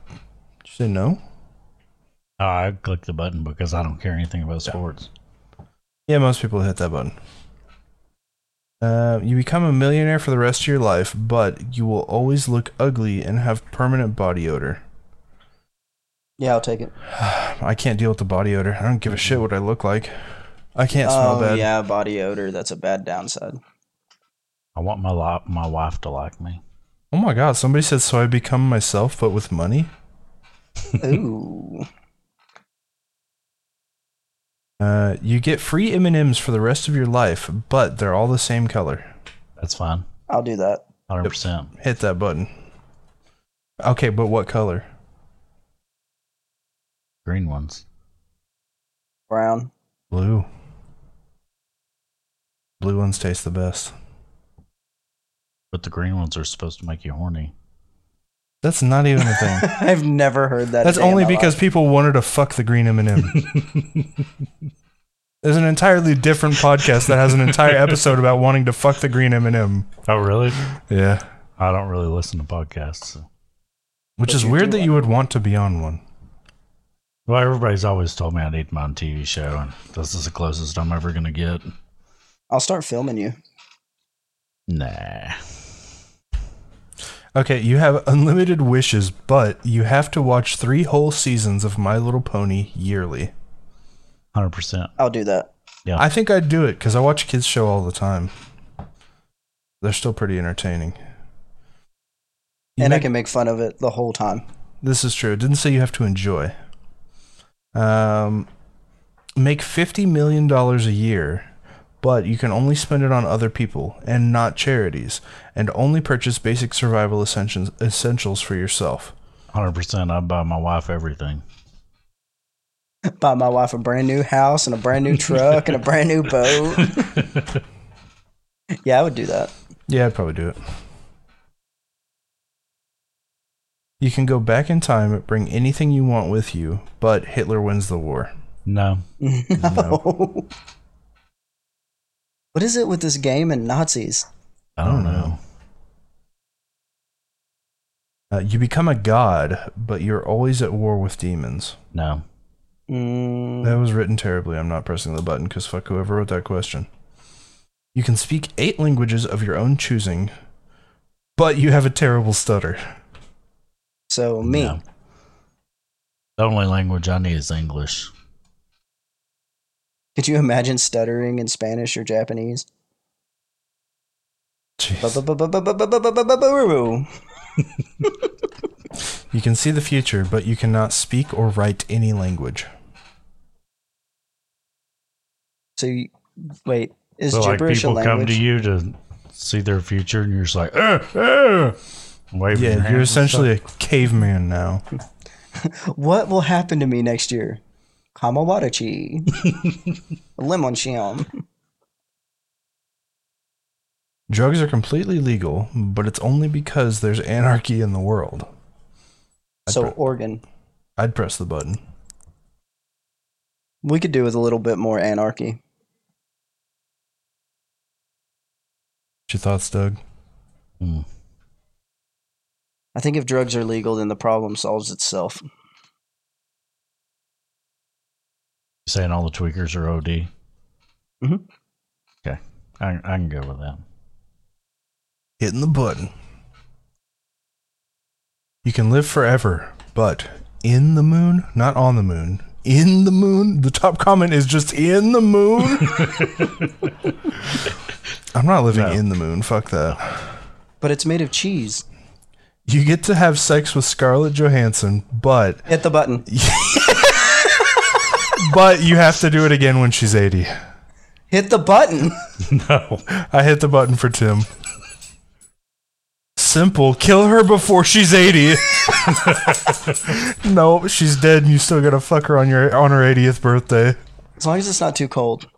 B: said no.
C: Oh, I clicked the button because I don't care anything about sports.
B: Yeah, most people hit that button. Uh, you become a millionaire for the rest of your life, but you will always look ugly and have permanent body odor.
A: Yeah, I'll take it.
B: I can't deal with the body odor. I don't give a shit what I look like. I can't smell
A: oh,
B: bad.
A: yeah, body odor. That's a bad downside.
C: I want my li- my wife to like me.
B: Oh my god, somebody said so I become myself but with money?
A: Ooh.
B: Uh, you get free M&Ms for the rest of your life, but they're all the same color.
C: That's fine.
A: I'll do that.
C: 100%.
B: Hit that button. Okay, but what color?
C: Green ones.
A: Brown. (laughs)
B: Blue. Blue ones taste the best.
C: But the green ones are supposed to make you horny.
B: That's not even a
A: (laughs)
B: thing.
A: I've never heard that.
B: That's
A: a day in
B: only
A: my
B: because
A: life.
B: people wanted to fuck the green M&M.
A: (laughs)
B: There's an entirely different podcast that has an entire episode about wanting to fuck the green M&M.
C: Oh, really?
B: Yeah.
C: I don't really listen to podcasts. so.
B: Which
A: But
B: is
A: you
B: weird
A: do
B: that you would want to be on one.
C: Well, everybody's always told me I need my own TV show, and this is the closest I'm ever gonna get.
A: I'll start filming you.
C: Nah.
B: Okay, you have unlimited wishes, but you have to watch three whole seasons of My Little Pony yearly.
C: Hundred percent.
A: I'll do that.
B: I think I'd do it because I watch kids show all the time. They're still pretty entertaining. You
A: and I
B: make-
A: can make fun of it the whole time. (laughs)
B: This is true. It didn't say you have to enjoy. Um, make fifty million dollars a year, but you can only spend it on other people and not charities, and only purchase basic survival essentials essentials for yourself.
C: Hundred percent. I buy my wife everything.
A: Buy my wife a brand new house and a brand new truck and a brand new boat.
C: (laughs)
A: Yeah, I would do that.
B: Yeah, I'd probably do it. You can go back in time, bring anything you want with you, but Hitler wins the war.
C: no.
A: No. (laughs) what is it with this game and Nazis?
C: I
A: Hmm.
C: don't know.
B: Uh, you become a god, but you're always at war with demons.
C: No.
A: Mm,
B: That was written terribly. I'm not pressing the button because fuck whoever wrote that question. You can speak eight languages of your own choosing, but you have a terrible stutter.
A: so me.
C: No. The only language I need is English.
A: Could you imagine stuttering in Spanish or Japanese?
B: Jeez.
A: Ba-ba-ba-ba-ba-ba-ba-ba-ba-ba-boo.
B: You can see the future, but you cannot speak or write any language.
A: So, you, wait, is
C: so like
A: gibberish a
C: people come to
A: language?
C: you to see their future, and you're just like, eh, eh, and waving your
B: Yeah,
C: hands
B: you're
C: and stuff.
B: essentially a caveman now.
A: What will happen to me next year?
C: (laughs)
A: Kamawarachi. Limonchium.
B: Drugs are completely legal, but it's only because there's anarchy in the world. I'd,
A: So,
B: pre-
A: Oregon.
B: I'd press the button.
A: We could do with a little bit more anarchy.
B: What's your thoughts, Doug?
C: Mm.
A: I think if drugs are legal, then the problem solves itself.
C: saying all the tweakers are OD.
A: Mhm.
C: Okay, I, I can go with that.
B: Hitting the button. You can live forever, but in the moon, not on the moon. In the moon? The top comment is just in the moon? I'm not living in the moon. Fuck that.
A: But it's made of cheese.
B: You get to have sex with Scarlett Johansson, but
A: Hit the button.
B: but you have to do it again when she's 80.
A: Hit the button. (laughs)
B: I hit the button for Tim. Simple. Kill her before she's (laughs) 80. no, she's dead and you still got to fuck her on your on her 80th birthday.
A: As long as it's not too cold.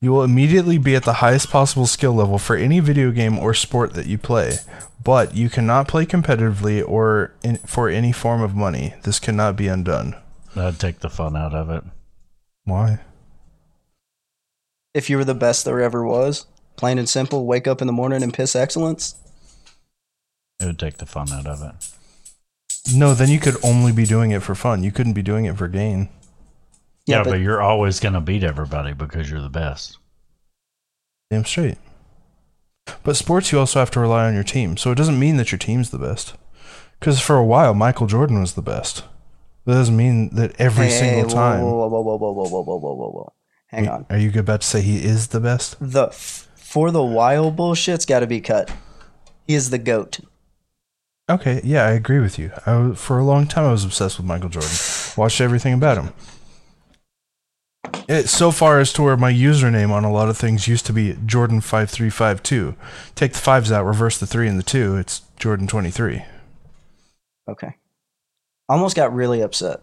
B: You will immediately be at the highest possible skill level for any video game or sport that you play, but you cannot play competitively or in, for any form of money. This cannot be undone.
C: That'd take the fun out of it.
B: Why?
A: If you were the best there ever was, plain and simple, wake up in the morning and piss excellence.
C: It would take the fun out of it.
B: No, then you could only be doing it for fun. You couldn't be doing it for gain.
C: Yeah,
A: Yeah,
C: but,
A: but-
C: you're always gonna beat everybody because you're the best.
B: Damn straight. But sports, you also have to rely on your team. So it doesn't mean that your team's the best. Because for a while, Michael Jordan was the best. That doesn't mean that every
A: Hey,
B: single
A: whoa,
B: time.
A: Whoa, whoa, whoa, whoa, whoa, whoa, whoa, whoa, whoa, whoa. Hang on.
B: Are you about to say he is the best?
A: The f- for the wild bullshit's got to be cut. He is the goat.
B: Okay, yeah, I agree with you. I, wa- for a long time, I was obsessed with Michael Jordan. Watched everything about him. It, so far as to where my username on a lot of things used to be Jordan five three five two. Take the fives out, reverse the three and the two. It's Jordan twenty three.
A: Okay. Almost got really upset.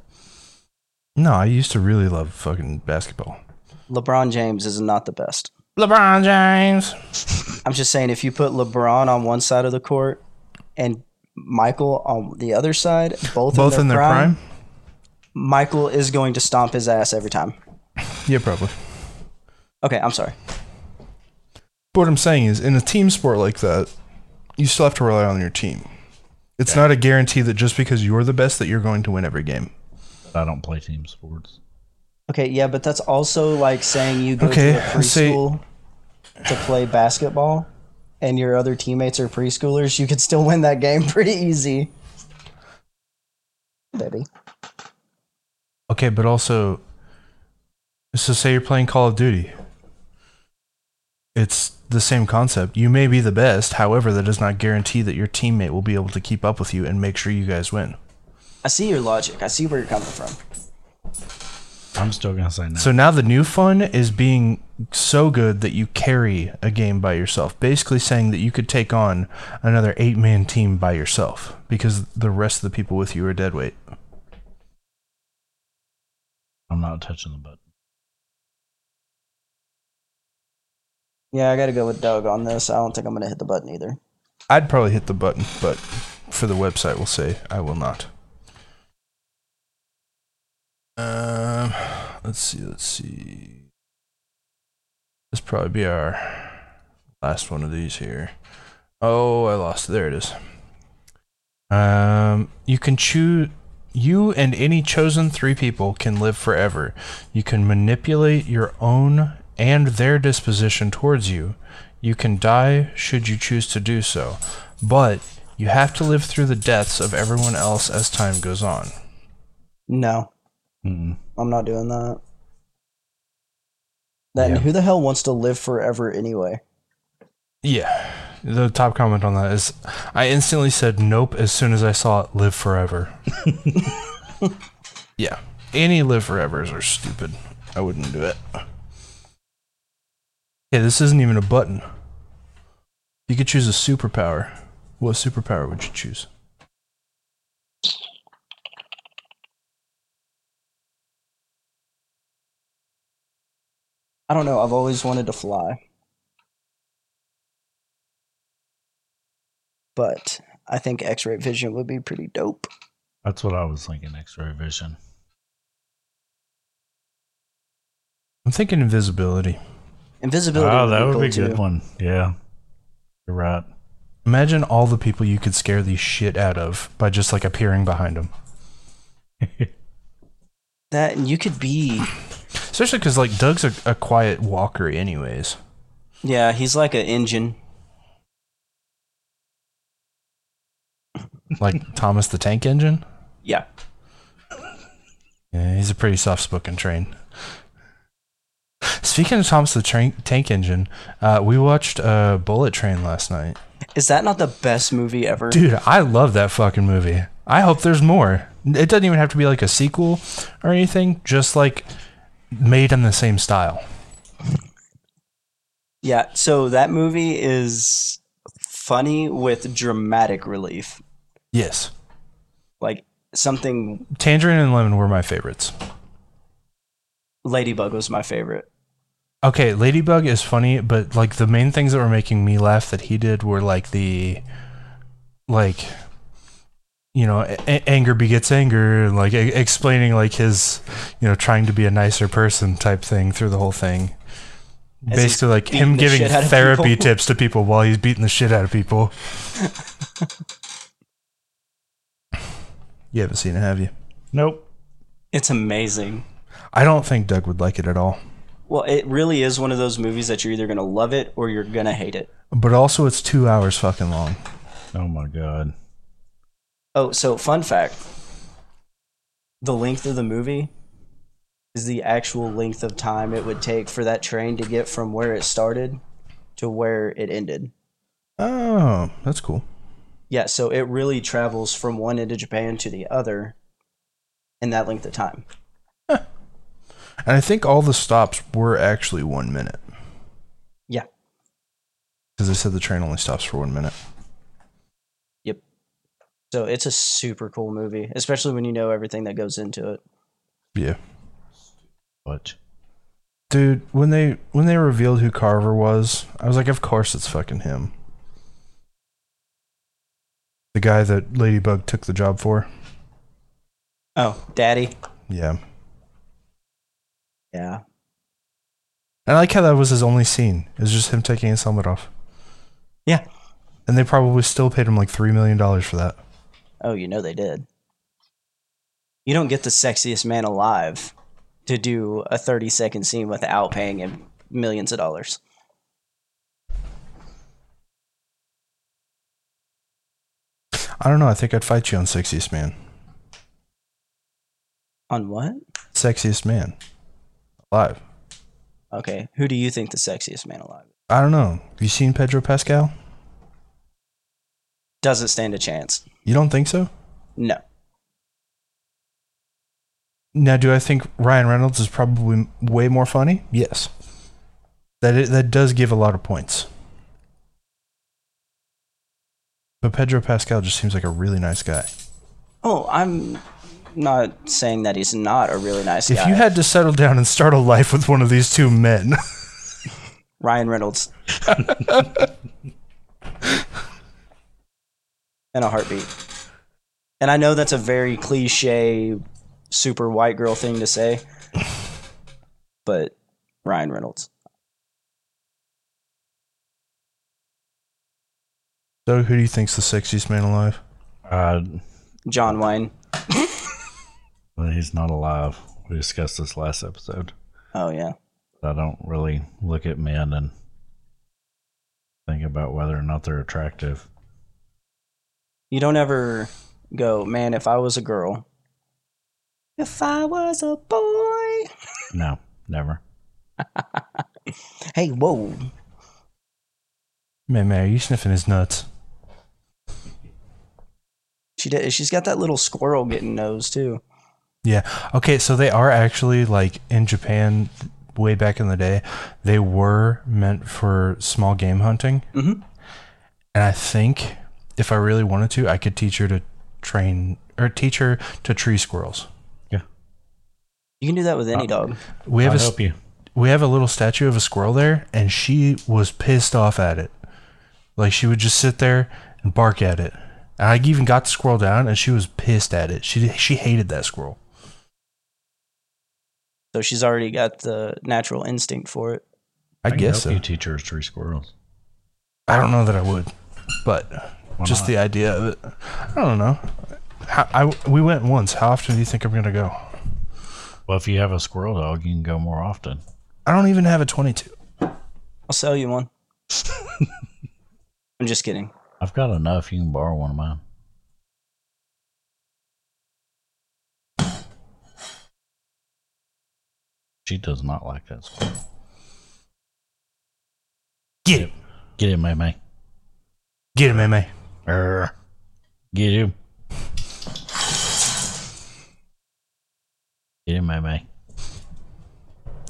B: No, I used to really love fucking basketball.
A: LeBron James is not the best.
B: LeBron James.
A: I'm just saying, if you put LeBron on one side of the court and Michael on the other side, both,
B: Both in their prime?
A: Michael is going to stomp his ass every time.
B: Yeah, probably.
A: Okay, I'm sorry.
B: But what I'm saying is, in a team sport like that, you still have to rely on your team. It's not a guarantee that just because you're the best that you're going to win every game.
C: but I don't play team sports.
A: Okay, yeah, but that's also like saying you go
B: Okay,
A: to a
B: say-
A: preschool to play basketball and your other teammates are preschoolers, you could still win that game (laughs) pretty easy. Baby.
B: Okay, but also, so say you're playing Call of Duty. It's the same concept. You may be the best, however, that does not guarantee that your teammate will be able to keep up with you and make sure you guys win.
A: I see your logic. I see where you're coming from.
C: I'm still gonna say no.
B: So now the new fun is being so good that you carry a game by yourself, basically saying that you could take on another eight man team by yourself because the rest of the people with you are dead weight.
C: I'm not touching the button.
A: Yeah, I gotta go with Doug on this. I don't think I'm gonna hit the button either.
B: I'd probably hit the button, but for the website, we'll say I will not. Um, let's see, let's see. This probably be our last one of these here. Oh, I lost. There it is. Um, you can choose. You and any chosen three people can live forever. You can manipulate your own and their disposition towards you. You can die should you choose to do so, but you have to live through the deaths of everyone else as time goes on.
A: No,
C: Mm-mm.
A: I'm not doing that. Then
B: Yeah.
A: who the hell wants to live forever anyway?
B: Yeah. The top comment on that is I instantly said nope as soon as I saw it live forever. yeah. Any live forevers are stupid. I wouldn't do it. Yeah, this isn't even a button. You could choose a superpower. What superpower would you choose?
A: I don't know. I've always wanted to fly. But I think x ray vision would be pretty dope.
C: That's what I was thinking. X-ray vision.
B: I'm thinking invisibility.
A: Invisibility.
C: Oh, that would be a
A: cool,
C: good
A: too.
C: one. Yeah, you're right. (laughs)
B: Imagine all the people you could scare the shit out of by just like appearing behind them.
A: That and you could be.
B: Especially because like Doug's a, a quiet walker, anyways.
A: Yeah, he's like an engine.
B: Like (laughs) Thomas the Tank Engine.
A: Yeah.
B: Yeah, he's a pretty soft-spoken train. Speaking of Thomas the Train Tank Engine, uh, we watched uh, Bullet Train last night.
A: Is that not the best movie ever?
B: Dude, I love that fucking movie. I hope there's more. It doesn't even have to be like a sequel or anything. Just like made in the same style.
A: Yeah. So that movie is funny with dramatic relief.
B: Yes,
A: Like something
B: Tangerine and Lemon were my favorites.
A: Ladybug was my favorite.
B: Okay, Ladybug is funny, but like the main things that were making me laugh that he did were like the, like, you know, a- anger begets anger, and like e- explaining like his, you know, trying to be a nicer person type thing through the whole thing.
A: As he's
B: Basically, like
A: beating
B: him
A: the
B: giving
A: shit out of
B: therapy
A: people.
B: tips to people while he's beating the shit out
A: (laughs)
B: of people. you haven't seen it, have you?
C: Nope.
A: It's amazing.
B: I don't think Doug would like it at all.
A: Well, it really is one of those movies that you're either going to love it or you're going to hate it.
B: But also, it's two hours fucking long.
C: Oh my god.
A: Oh, so fun fact the length of the movie is the actual length of time it would take for that train to get from where it started to where it ended.
B: Oh, that's cool.
A: Yeah, so it really travels from one end of Japan to the other in that length of time.
B: And I think all the stops were actually one minute
A: Yeah.
B: because they said the train only stops for one minute.
A: So it's a super cool movie, especially when you know everything that goes into it.
B: Yeah,
C: But
B: dude. When they when they revealed who Carver was, I was like, of course it's fucking him. The guy that Ladybug took the job for.
A: Oh, Daddy.
B: Yeah,
A: Yeah.
B: and I like how that was his only scene. It was just him taking his helmet off.
A: Yeah.
B: And they probably still paid him like three million dollars for that.
A: Oh, you know they did. you don't get the sexiest man alive to do a 30 second scene without paying him millions of dollars.
B: I don't know. I think I'd fight you on Sexiest Man.
A: On what?
B: Sexiest Man. Alive.
A: Okay. Who do you think the sexiest man alive is?
B: I don't know. Have you seen Pedro Pascal?
A: Doesn't stand a chance.
B: You don't think so?
A: No.
B: Now, do I think Ryan Reynolds is probably m- way more funny? Yes. That i that does give a lot of points. But Pedro Pascal just seems like a really nice guy.
A: Oh, I'm not saying that he's not a really nice
B: If
A: guy.
B: you had to settle down and start a life with one of these two men, (laughs)
A: Ryan Reynolds. In a heartbeat. And I know that's a very cliche, super white girl thing to say, but Ryan Reynolds.
B: so who do you think's the sexiest man alive?
C: Uh,
A: John Wayne.
C: well, he's not alive. We discussed this last episode.
A: Oh, yeah.
C: I don't really look at men and think about whether or not they're attractive.
A: You don't ever go, man, if I was a girl. If I was a boy.
C: No, never.
A: Hey, whoa.
B: Man, man, are you sniffing his nuts?
A: She did, she's got that little squirrel getting nose, too.
B: Yeah. Okay, so they are actually like in Japan way back in the day, they were meant for small game hunting.
C: Mm-hmm.
A: Mhm.
B: And I think if I really wanted to, I could teach her to train or teach her to tree squirrels.
A: You can do that with any dog.
B: We
C: I'll
B: have a s-
C: help you.
B: we have a little statue of a squirrel there and she was pissed off at it. Like she would just sit there and bark at it. And I even got the squirrel down and she was pissed at it. She she hated that squirrel.
A: So she's already got the natural instinct for it.
B: I,
C: can
B: guess
C: help
B: so.
C: you teach her to tree squirrels.
B: I don't know that I would, but just
C: not?
B: the idea of it. I don't know. How, I we went once. How often do you think I'm gonna go?
C: Well, if you have a squirrel dog, you can go more often.
B: I don't even have a 22.
A: I'll sell you one. I'm just kidding.
C: I've got enough. You can borrow one of mine. She does not like that squirrel.
B: Get him,
C: Get him, May May.
B: get him, May.
C: Arr. Get him. Get him, May May.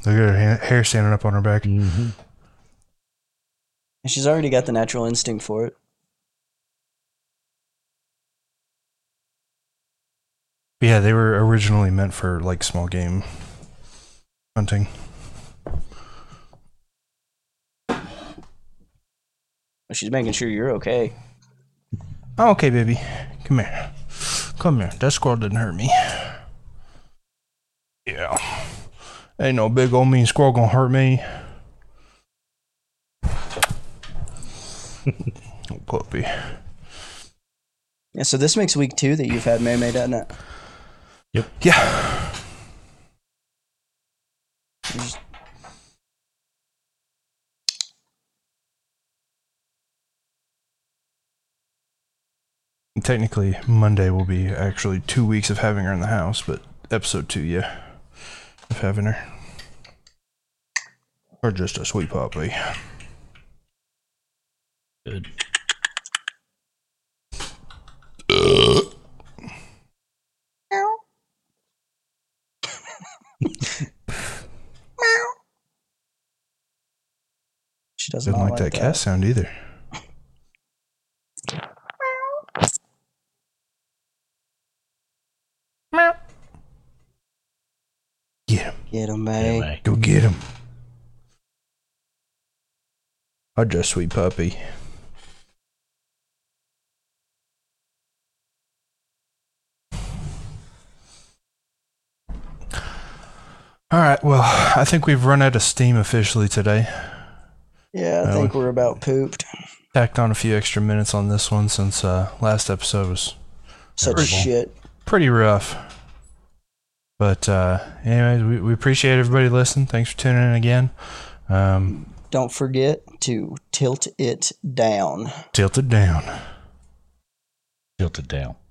B: Look at her ha- hair standing up on her back.
C: Mm-hmm.
A: And she's already got the natural instinct for it.
B: Yeah, they were originally meant for like small game hunting.
A: But She's making sure you're okay.
B: Oh, okay, baby, come here, come here. That squirrel didn't hurt me. Yeah, ain't no big old mean squirrel gonna hurt me. Oh, puppy.
A: Yeah, so this makes week two that you've had May May, doesn't it?
B: Yeah. Technically, Monday will be actually two weeks of having her in the house, but episode two, yeah, of having her. Or just a sweet puppy.
C: Good.
A: She doesn't
B: Didn't like that, cat sound either. Get him.
A: Get him,
C: Get him,
A: May.
C: May.
B: Go get him. I just sweet puppy. All right, well, I think we've run out of steam officially today.
A: Yeah, I
B: That
A: think
B: one.
A: we're about pooped.
B: Tacked on a few extra minutes on this one since uh, last episode was
A: Such
B: Terrible.
A: shit.
B: pretty rough. But uh, anyways, we, we appreciate everybody listening. Thanks for tuning in again. Um,
A: Don't forget to tilt it down.
B: tilt it down.
C: Tilt it down.